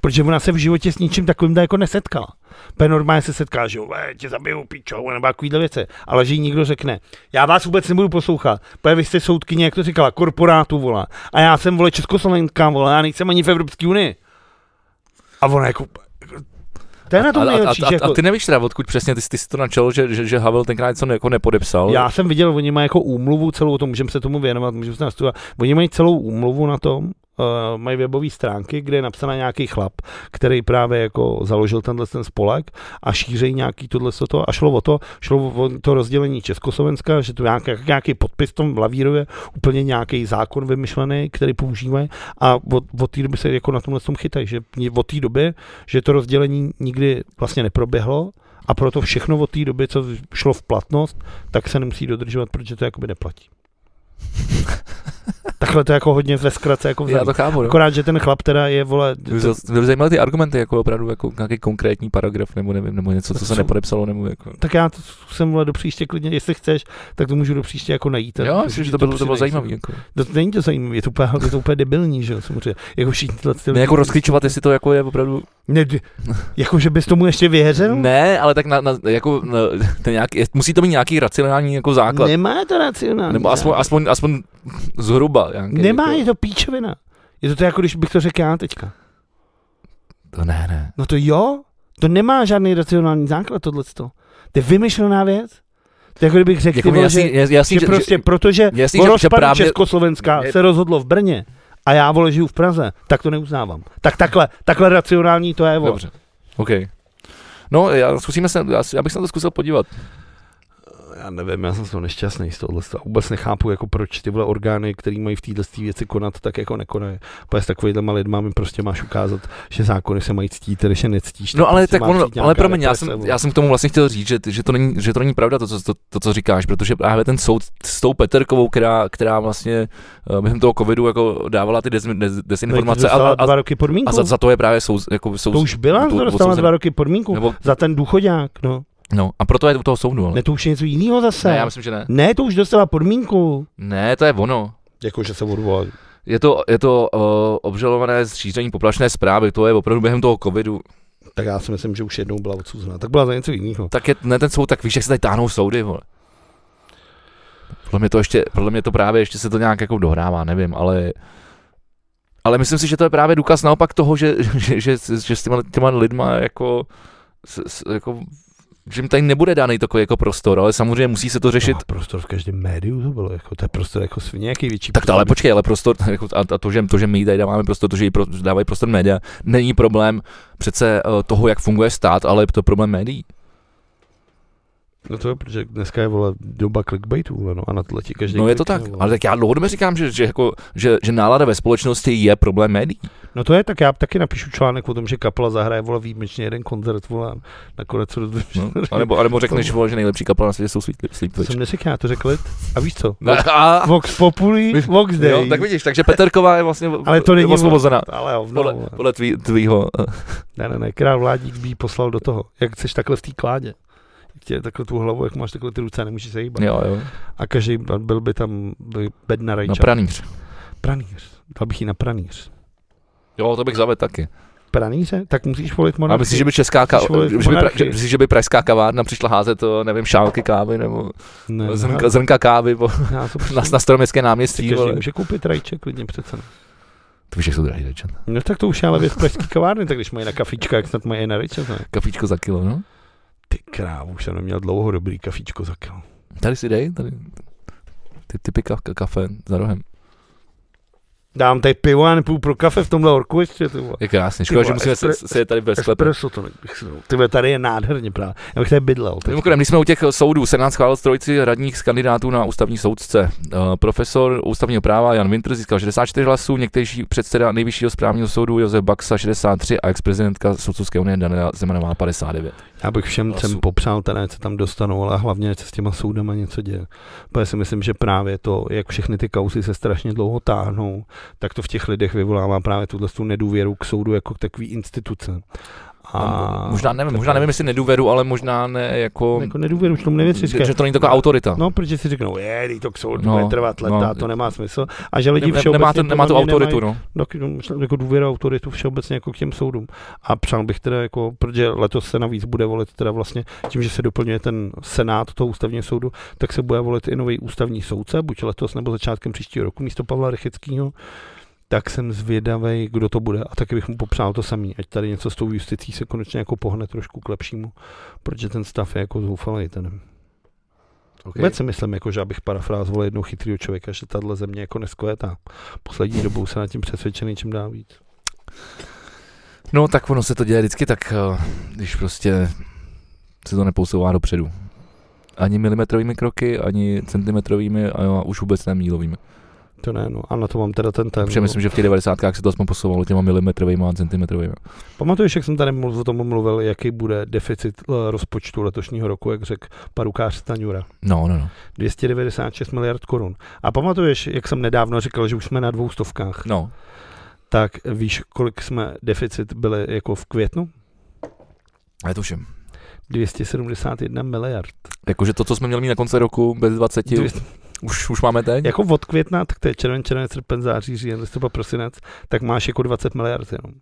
A: Protože ona se v životě s ničím takovým jako nesetkala. Úplně normálně se setká, že jo, "Eh, tě zabiju píčou, nebo takovýhle věci. Ale že jí někdo řekne, já vás vůbec nebudu poslouchat, protože vy jste soudkyně, jak to říkala, korporátu, volá. A já jsem, vole, Československá, vole, já nejsem ani v Evropské unii. A ona jako, to je na
B: a,
A: tom
B: a, a,
A: nejlepší, že
B: a,
A: jako,
B: a, ty nevíš teda, odkud přesně, ty, jsi- ty jsi to načal, že, že, že Havel tenkrát něco jako nepodepsal.
A: Já jsem viděl, oni mají jako úmluvu celou, to můžeme se tomu věnovat, můžeme se nastudovat. Oni mají celou úmluvu na tom, uh, mají webové stránky, kde je napsaná nějaký chlap, který právě jako založil tenhle ten spolek a šířejí nějaký tohle to a šlo o to, šlo o to rozdělení Československa, že to nějaký, nějaký podpis v tom lavírově, úplně nějaký zákon vymyšlený, který používají a od, od té doby se jako na tomhle tom chytají, že ni- od té doby, že to rozdělení nikdy vlastně neproběhlo a proto všechno od té doby, co šlo v platnost, tak se nemusí dodržovat, protože to jakoby neplatí. Takhle to je jako hodně ve zkratce jako
B: já
A: vzadu.
B: to chápu, no.
A: Akorát, že ten chlap teda je, vole,
B: Mě by zas- Mě by zajímaly ty argumenty, jako opravdu jako nějaký konkrétní paragraf, nebo nevím, nebo něco,
A: Tak
B: co
A: jsou-
B: se nepodepsalo, nebo jako...
A: tak já to jsem vole do příště klidně, jestli chceš, tak to můžu do příště jako najít. a
B: Jo,
A: můžu
B: myslím,
A: ti
B: že to bylo, to bylo
A: přinést.
B: zajímavé. Jako.
A: To, není to zajímavé, je to úplně, je to úplně debilní, že jo, samozřejmě. Jako všichni tyhle ty
B: Ne jako rozklíčovat, jestli to jako je opravdu...
A: Ne, d- jako, že bys tomu ještě vyheřel?
B: Ne, ale tak na, na, jako, na, ten nějaký, musí to mít nějaký racionální jako základ.
A: Nemá to racionální.
B: nebo aspoň, aspoň, aspoň zhruba. Nějaký,
A: Nemá,
B: jako,
A: je to píčovina. Je to, to jako, když bych to řekl já teďka.
B: to. Ne, ne.
A: No to jo, to nemá žádný racionální základ tohleto. To je vymyšlená věc. To je jako kdybych řekl,
B: Jako
A: jako
B: mi
A: vole,
B: jasný,
A: že,
B: jasný, jasný,
A: že, prostě, protože
B: jasný,
A: o
B: že- že
A: rozpadu
B: právě-
A: Československa
B: je-
A: se rozhodlo v Brně a já vole žiju v Praze, tak to neuznávám. Tak takhle, takhle racionální to je, vole.
B: Dobře, OK. No, já, zkusíme se, já, já bych se na to zkusil podívat.
C: Já
A: Já nevím, já jsem z toho nešťastný z tohohle. A vůbec nechápu, jako proč ty vole orgány, které mají v této věci konat, tak jako nekonají. Protože s takovýma lidma mi prostě máš ukázat, že zákony se mají ctít, když je nectíš.
B: No ale
A: prostě
B: tak
A: má
B: on,
A: přijít nějaká
B: ale promiň, já
A: represe,
B: jsem,
A: vole.
B: já jsem k tomu vlastně chtěl říct, že, že, to, není, že to není pravda to co, to, to, co říkáš, protože právě ten soud s tou Peterkovou, která, která vlastně eh, během toho covidu jako dávala ty des, des, desinformace
A: Informace
B: a, a,
A: dva
B: a,
A: roky podmínku.
B: a za, za, to je právě souz, jako souz,
A: to už byla,
B: to-
A: to dostala
B: odsouzen-
A: dva roky podmínku.
B: nebo,
A: Za ten důchodák, no.
B: no, a proto je u toho soudu, ale.
A: Ne, to už je něco jiného zase.
B: Ne,
A: Ne,
B: já myslím, že ne.
A: to už dostala podmínku.
B: Ne, to je ono.
A: Jako, že se odvolali.
B: Je to, je to uh, obžalované z šíření poplašné zprávy, to je opravdu během toho covidu.
A: Tak já si myslím, že už jednou byla odsouzená. Tak byla za něco jiného.
B: Tak je, ne ten soud, tak víš, jak se tady táhnou soudy, vole. Podle mě to ještě, podle mě to právě ještě se to nějak jako dohrává, nevím, ale ale myslím si, že to je právě důkaz naopak toho, že, že, že, že s těma, těma lidma jako, s, s, jako že jim tady nebude daný takový jako prostor, ale samozřejmě musí se to řešit.
A: No, prostor v každém médiu to bylo, jako, to je prostor jako svině, nějaký větší.
B: Tak to, ale
A: prostor.
B: počkej, ale prostor, jako, a, a to, že, to, že my jí tady dáváme prostor, to, že jí pro, dávají prostor média, není problém přece eh, toho, jak funguje stát, ale je to problém médií.
A: No to je, protože dneska je vole, doba clickbaitů, vole, no, a na tohle ti každý
B: No je to tak,
A: klikne, vole.
B: ale tak já dlouhodobě říkám, že, že, jako, že, že nálada ve společnosti je problém médií.
A: No to je, tak já taky napíšu článek o tom, že kapela zahraje vole výjimečně jeden koncert, vole, a nakonec se dozvím, že-
B: No. A nebo, a nebo řekneš, vole, že nejlepší kapela na světě jsou Sleep, sleep
A: To
B: Twitch.
A: jsem neřekl, já to řekl lid. A víš co?
B: No, a,
A: Vox Populi, Vox Dei.
B: jo, tak vidíš, takže Peterková je vlastně
A: Ale to není-
B: osvobozená.
A: Ale jo, no,
B: Podle,
A: vole.
B: podle tvý, tvýho. eh,
A: Ne, ne, ne, král vládík by jí poslal do toho. Jak jsi takhle v té kládě. Jak tě je takhle tu hlavu, jak máš takhle ty ruce, nemůžeš se hýbat.
B: Jo, jo.
A: A každý byl by tam by bedna
B: Na
A: rajča.
B: pranýř.
A: pranýř. Dal bych ji na pranýř.
B: Jo, to bych zavedl taky.
A: Pranýře? Tak musíš volit
B: A
A: monarchii.
B: myslíš, že by česká ka-
A: Když volit
B: že by, pra-
A: monarchii.
B: že, myslíš, že by pražská kavárna přišla házet, eh, nevím, šálky kávy nebo
A: Ne,
B: zrnka, zrnka kávy po,
A: já, já to
B: na, na staroměstské náměstí.
A: Ty každý
B: vole.
A: může koupit rajče klidně přece. ne?
B: To víš, jak jsou drahý rečen.
A: No tak to už je ale věc pražský kavárny, tak když mají na kafíčka, jak snad mají i na rajče, ne?
B: Kafíčko za kilo, no.
A: Ty krávu, už jsem neměl dlouho dobrý kafíčko za kilo.
B: Tady si dej, tady. Ty typy ka- ka- kafe za rohem.
A: Dám tady pivo a nepůjdu pro kafe v tomhle orku ještě, ty vole.
B: Je krásně, škoda,
A: Ty
B: že
A: vole,
B: musíme se,
A: expre-
B: se je tady bez sklepu.
A: Espresso to bych si dal. Ty vole, tady je nádherně právě. Já bych tady bydlel. Teď.
B: Mimochodem, když jsme u těch soudů, Senát schválil trojici radních z kandidátů na ústavní soudce. Eh, Profesor ústavního práva Jan Winter získal 64 hlasů, někteří předseda nejvyššího správního soudu Josef Baxa 63 a ex-prezidentka Soudcovské unie Daniela Zemanová 59.
A: Já bych všem
B: Asu.
A: třem popřál, teda, ať se tam dostanou, ale hlavně, ať se s těma soudama něco děje. Protože si myslím, že právě to, jak všechny ty kausy se strašně dlouho táhnou, tak to v těch lidech vyvolává právě tuhle tu nedůvěru k soudu jako k takový instituce. A
B: možná nevím, možná nevím, jestli nedůveru, ale možná ne jako...
A: Jako nedůvěru člověku nevěříš.
B: že, že to není taková autorita.
A: No, protože si řeknou, je, dej to k soudu
B: No,
A: no, bude trvat
B: no.
A: leta, no, to nemá smysl. A že
B: Ne,
A: lidi
B: ne,
A: všeobecně...
B: nemá, ten,
A: podle
B: nemá tu
A: mě
B: autoritu, no.
A: tak, no, myšlám jako důvěra autoritu všeobecně jako k těm soudům. A přál bych teda jako, protože letos se navíc bude volit teda vlastně tím, že se doplňuje ten senát toho ústavního soudu, tak se bude volit i nový ústavní soudce, buď letos nebo začátkem příštího roku místo Pavla Rychického. Tak jsem zvědavý, kdo to bude. A taky bych mu popřál to samý, ať tady něco s tou justicí se konečně jako pohne trošku k lepšímu, protože ten stav je jako zoufalý ten. Okay. Vůbec si myslím, jako, že abych parafrázoval jednou chytrýho člověka, že tahle země jako neskvětá. Poslední dobou se nad tím přesvědčený čím dá víc.
B: No tak ono se to děje vždycky tak, eh, když prostě se to neposouvá dopředu. Ani milimetrovými kroky, ani centimetrovými, a jo, už vůbec ne mílovými.
A: To ne, no. A na to mám teda ten ten.
B: Protože
A: no.
B: myslím, že v těch 90. se to aspoň posouvalo těma milimetrovými a centimetrovými.
A: Pamatuješ, jak jsem tady mluv, o tom mluvil, jaký bude deficit eh, rozpočtu letošního roku, jak řekl parukář Staňura.
B: No, no, no.
A: 296 miliard korun. A pamatuješ, jak jsem nedávno říkal, že už jsme na dvou stovkách,
B: No,
A: tak víš, kolik jsme deficit byli jako v květnu?
B: ale to všem.
A: 271 miliard.
B: Jakože to, co jsme měli mít na konci roku bez 20,
A: Dvě-
B: už, už máme teď?
A: Jako od května, tak to je červen, červenec, srpen, září, říjen, listopad, prosinec, tak máš jako 20 miliard jenom.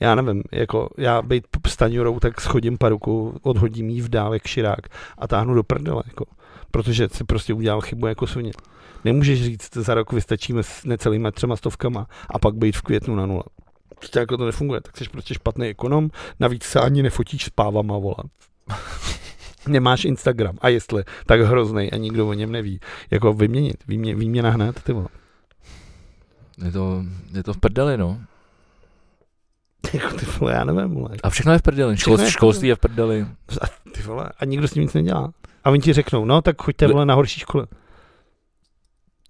A: Já nevím, jako já být p- staňurou, tak schodím paruku, odhodím jí v dálek širák a táhnu do prdele, jako. Protože si prostě udělal chybu jako svině. Nemůžeš říct, za rok vystačíme s necelýma třema stovkama a pak být v květnu na nule. Prostě jako to nefunguje, tak jsi prostě špatný ekonom, navíc se ani nefotíš s pávama, vole. Nemáš Instagram a jestli, tak hroznej a nikdo o něm neví jako vyměnit, výmě, výměna hned, ty vole.
B: Je to, je to v prdeli, no.
A: Jako ty vole, já nevím, vole.
B: A všechno je v prdeli.
A: Všechno je
B: Škol,
A: v prdeli.
B: školství je v prdeli.
A: Ty vole, a nikdo s tím nic nedělá. A oni ti řeknou, no tak choďte
B: Ne-
A: vole na horší škole.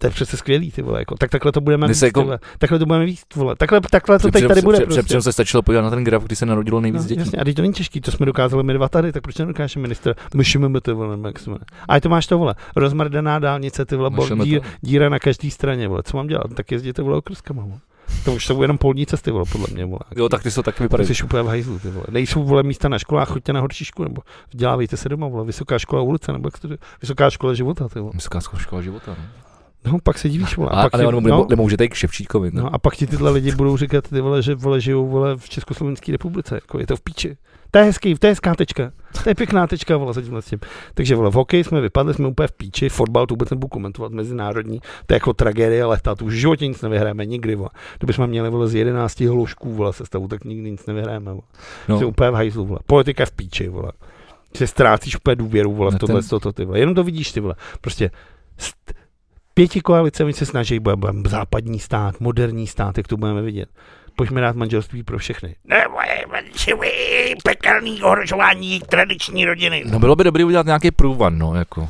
A: To je přece skvělý, ty vole, jako. Tak takhle to budeme
B: Ne,
A: víc,
B: se jako-
A: jako... takhle to budeme víc, vole. Takhle, takhle to teď
B: Přičem
A: tady
B: se-
A: bude
B: při- při-
A: prostě.
B: přičem se stačilo podívat na ten graf, kdy se narodilo nejvíc
A: No,
B: dětí.
A: jasně, a teď to není těžký, to jsme dokázali my dva tady, tak proč nedokáže minister? Myšíme to vole, nebo jak se jmenuje. A to máš to vole, rozmrdaná dálnice, ty vole, bor,
B: Myšeme to.
A: dír, díra na každé straně, vole, co mám dělat? Tak jezděte vole okrskama, vole. To už jsou jenom polní cesty, vole, podle mě, vole.
B: Jo, tak ty jsou taky vypadají.
A: Ty jsi úplně v hajzlu, ty vole. Nejsou vole místa na školách, choďte na horší školu, nebo vzdělávejte se doma, vole. Vysoká škola ulice, nebo jak to, vysoká škola života, ty vole.
B: Vysoká škola života. No.
A: No, pak se divíš, vole.
B: A,
A: pak no.
B: a
A: ti-
B: nebo, nebo, nebo můžete i k Ševčíkovi. No.
A: No a pak ti tyhle lidi budou říkat, ty vole, že vole, žijou vole, v Československé republice, jako je to v píči. To je hezký, to je hezká tečka. To je pěkná tečka, vole, za tímhle s tím. Takže vole, v hokeji jsme vypadli, jsme úplně v píči, fotbal tu vůbec nebudu komentovat, mezinárodní, to je jako tragédie leta, tu už v životě nic nevyhráme, nikdy, vole. Kdybychom měli vole z 11 hloušků, vole, sestavu, tak nikdy nic nevyhráme, vole. No. Jsi
B: No.
A: úplně v hajzlu, vole. Politika je v píči, vole. Že ztrácíš úplně důvěru, vole,
B: No
A: v
B: ten-
A: tohle, toto, ty vole. Jenom to vidíš, ty vole. Prostě st- pěti koalice, oni se snaží, bude, bude západní stát, moderní stát, jak to budeme vidět. Pojďme dát manželství pro všechny. Ne, moje manželství, pekelný ohrožování tradiční rodiny.
B: no. bylo by dobré udělat nějaký průvan, no, jako.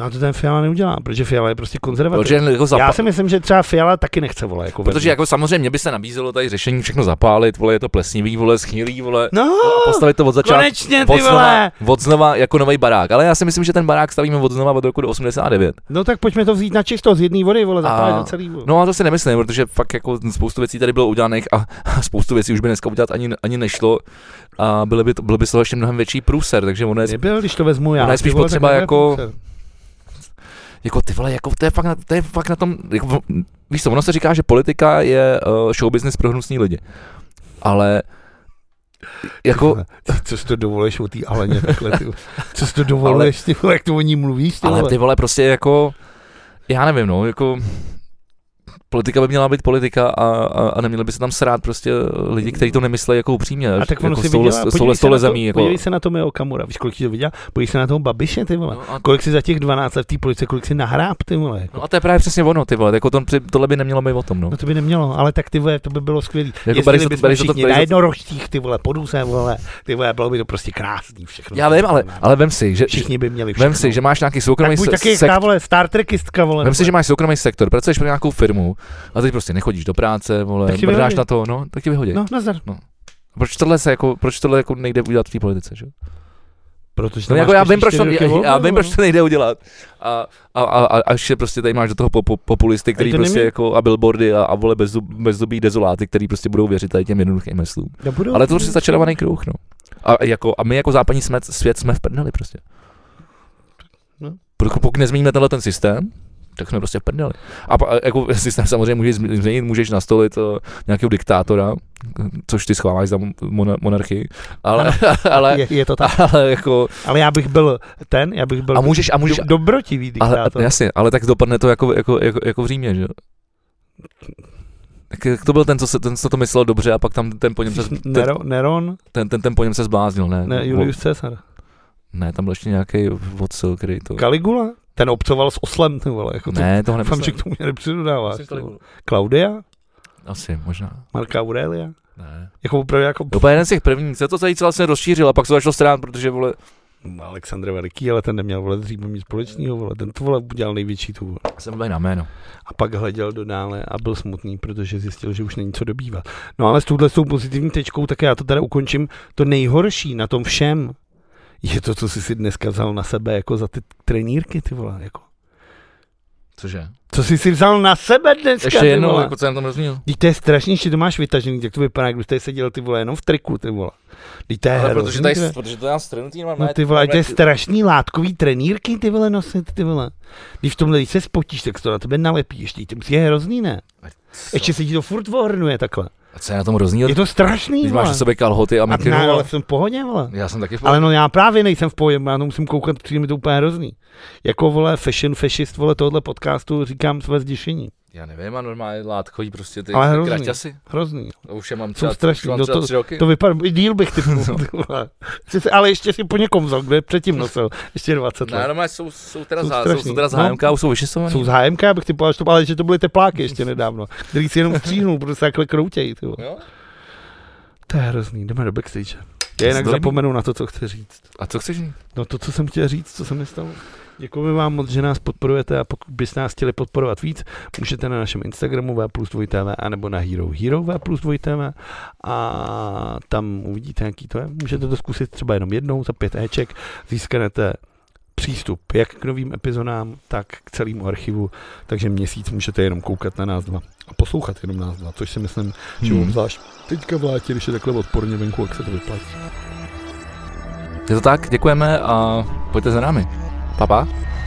A: No a to ten Fiala neudělá, protože Fiala je prostě konzervativní.
B: Protože, jako zapa-
A: Já si myslím, že třeba Fiala taky nechce, vole, jako
B: protože
A: vedle.
B: jako samozřejmě by se nabízelo tady řešení všechno zapálit, vole, je to plesnivý, vole, schnilý, vole.
A: No,
B: a Postavit to od začátku.
A: konečně, ty
B: od znova,
A: vole.
B: od znova jako nový barák. Ale já si myslím, že ten barák stavíme od znova od roku do 89.
A: No tak pojďme to vzít na čisto, z jedné vody, vole, zapálit
B: A-
A: na celý, vole.
B: No a to si nemyslím, protože fakt jako spoustu věcí tady bylo udělaných a, a spoustu věcí už by dneska udělat ani, ani nešlo a byly by, to- byl by z toho ještě mnohem větší průser, takže ono je,
A: Nebyl, když to vezmu já.
B: Ona je
A: ty
B: spíš
A: vole,
B: potřeba
A: tak nebude
B: jako-
A: průser.
B: jako ty vole, jako to je fakt na, to je fakt na tom, jako, víš co, ono se říká, že politika je uh, show business pro hnusný lidi, ale jako,
A: Vole, ty, co si to dovolíš o té Aleně takhle, ty, vole? co si to dovolíš, ty, vole, jak to o ní mluvíš, ty,
B: ale
A: vole?
B: ty vole prostě jako, já nevím no, jako politika by měla být politika a, a, a neměli by se tam srát prostě lidi, kteří to nemyslí jako upřímně,
A: a tak ono
B: jako
A: si
B: s touhle-
A: viděla,
B: s touhle-
A: podívej
B: s
A: se,
B: touhle
A: na to,
B: zemí, jako,
A: podívej se na Tomio Okamura, víš, kolik jsi to viděla, podívej se na toho Babiše, ty vole,
B: No a-
A: kolik si za těch 12 let v té politice, kolik si nahráb, ty vole, jako.
B: No a to je právě přesně ono, ty vole, jako to, tohle by nemělo být o tom, no.
A: No to by nemělo, ale tak ty vole, to by bylo skvělý. Jako
B: bereš
A: Jestli
B: to-
A: by jsme
B: bereš to-
A: všichni
B: bereš
A: na
B: to-
A: jednorožcích, ty vole, poduse, vole, ty vole, bylo by to prostě krásný všechno.
B: Já vím, ale, ale vem si, že,
A: Všichni by měli všechno.
B: vem si, že máš nějaký
A: tak
B: soukromý
A: buď
B: se-
A: taky jak
B: sekt-
A: ta, vole, Star Trekistka, vole.
B: Vem si,
A: nebo-
B: že máš soukromý sektor, pracuješ pro nějakou firmu a teď prostě nechodíš do práce, vole,
A: Tak ti
B: brdáš
A: vyhodí.
B: na to, no, tak ti vyhodí.
A: No, nazdar.
B: Proč tohle se jako, proč tohle jako nejde udělat v té politice, že?
A: Protože
B: No,
A: tam
B: jako
A: máš
B: já vím,
A: každý
B: proč to,
A: čtyři roky no.
B: já, já
A: volby,
B: vím,
A: vole.
B: proč to nejde udělat. A, a, a, a až je prostě tady máš do toho popu- populisty, který
A: to
B: prostě
A: nemě-
B: jako a billboardy a, a vole bezzub, bezzubí dezoláty, který prostě budou věřit tady těm jednoduchým heslům.
A: No, budou-
B: Ale to je prostě začarovaný kruh, no. A, jako, a my jako západní jsme, svět jsme v prdeli prostě.
A: No.
B: Pokud, pokud nezměníme tenhle ten systém, tak jsme prostě v prdeli. A, pa- a jako systém samozřejmě můžeš zm- změnit, můžeš nastolit uh, nějakého diktátora, což ty schováváš za mon- monarchii, ale, ale,
A: je, je to tak.
B: ale jako,
A: Ale já bych byl ten, já bych byl
B: a můžeš, a můžeš,
A: do, dobrotivý
B: ale,
A: diktátor.
B: jasně, ale tak dopadne to jako, jako, jako, jako v Římě, že jo? Tak jak to byl ten, co, se, ten, co to myslel dobře a pak tam ten po něm se, ten,
A: Nero, Neron,
B: ten, ten, ten po něm se zbláznil, ne?
A: ne, Julius Caesar.
B: Ne, tam byl ještě nějaký odsil, který to...
A: Caligula? Ten obcoval s oslem, ty vole, jako to.
B: ne, toho
A: Doufám, že
B: nemyslím.
A: k tomu mě nepřidodáváš.
B: Myslím Caligulu.
A: Klaudia?
B: Asi, možná.
A: Marka Aurelia?
B: Ne.
A: Jako opravdu jako
B: To byl jeden z těch prvních, se to celý celé se rozšířilo a pak se začalo strán, protože vole,
A: no, Alexandr Veliký, ale ten neměl vole s Římem nic společného, vole. Ten to vole udělal největší tu. vole.
B: jsem byl na jméno.
A: A pak hleděl do dále a byl smutný, protože zjistil, že už není co dobývat. No ale s touhle s tou pozitivní tečkou, tak já to teda ukončím. To nejhorší na tom všem je to, co jsi si dneska vzal na sebe, jako za ty trenírky, ty vole, jako.
B: Cože?
A: Co jsi si vzal na sebe dneska?
B: Ještě
A: ty
B: jednou,
A: vole?
B: jako co jsem tam rozmínil.
A: Teď to je strašný, že to máš vytažený, tak to vypadá, jak byste seděl ty vole jenom v triku, ty vole. Teď to je
B: Ale
A: hrozný,
B: protože, tady,
A: ty vole.
B: protože to já strenutý nemám.
A: Eh, No ty vole, to je strašný látkový trenýrky ty vole nosit, ty vole. Když v tomhle, když se spotíš, tak se to na tebe nalepí ještě, to je hrozný, ne? Ještě se ti to furt ohrnuje takhle.
B: A co je na tom rozdíl?
A: Je to strašný,
B: Když máš na
A: vole.
B: sobě kalhoty a
A: A
B: mikinu.
A: ne, ale
B: Ale...
A: jsem v pohodě, vole.
B: Já jsem taky v
A: Ale no já právě nejsem v pohodě, já to musím koukat, protože mi to úplně hrozný. Jako vole fashion fascist, vole tohle podcastu říkám své zděšení.
B: Já nevím, a normálně látkový prostě ty,
A: Ale
B: ty
A: hrozný.
B: kraťasy.
A: Hrozný.
B: A Už je mám
A: Jsou
B: třeba, už
A: strašný,
B: mám
A: no
B: třeba
A: to,
B: tři roky. No.
A: to vypadá, i díl bych typnul, ty vole. Jsi se- ale ještě si po někom vzal, kde je předtím nosil, ještě 20 let.
B: Ne, normálně jsou, jsou teda,
A: Jsou
B: zá, jsou,
A: strašný.
B: jsou teda
A: No.
B: zájemka, už jsou vyšisovaný.
A: Jsou z HMK, bych ty že to, ale že to byly tepláky ještě nedávno, který si jenom stříhnul, protože se takhle kroutějí. Ty. vole.
B: Jo?
A: To je hrozný, jdeme do backstage. Já jinak
B: to líbí.
A: zapomenu na to, co chci říct.
B: A co chceš říct?
A: No to, co jsem chtěl říct, co se mi stalo. Děkujeme vám moc, že nás podporujete a pokud byste nás chtěli podporovat víc, můžete na našem Instagramu V plus 2 TV anebo na Hero Hero V plus 2 TV a tam uvidíte, jaký to je. Můžete to zkusit třeba jenom jednou za pět Eček, získanete přístup jak k novým epizodám, tak k celému archivu, takže měsíc můžete jenom koukat na nás dva a poslouchat jenom nás dva, což si myslím, že
B: Hmm.
A: obzvlášť teďka v létě, když je takhle odporně venku, jak se to vyplatí.
B: Je to tak, děkujeme a pojďte za námi. Pa, pa.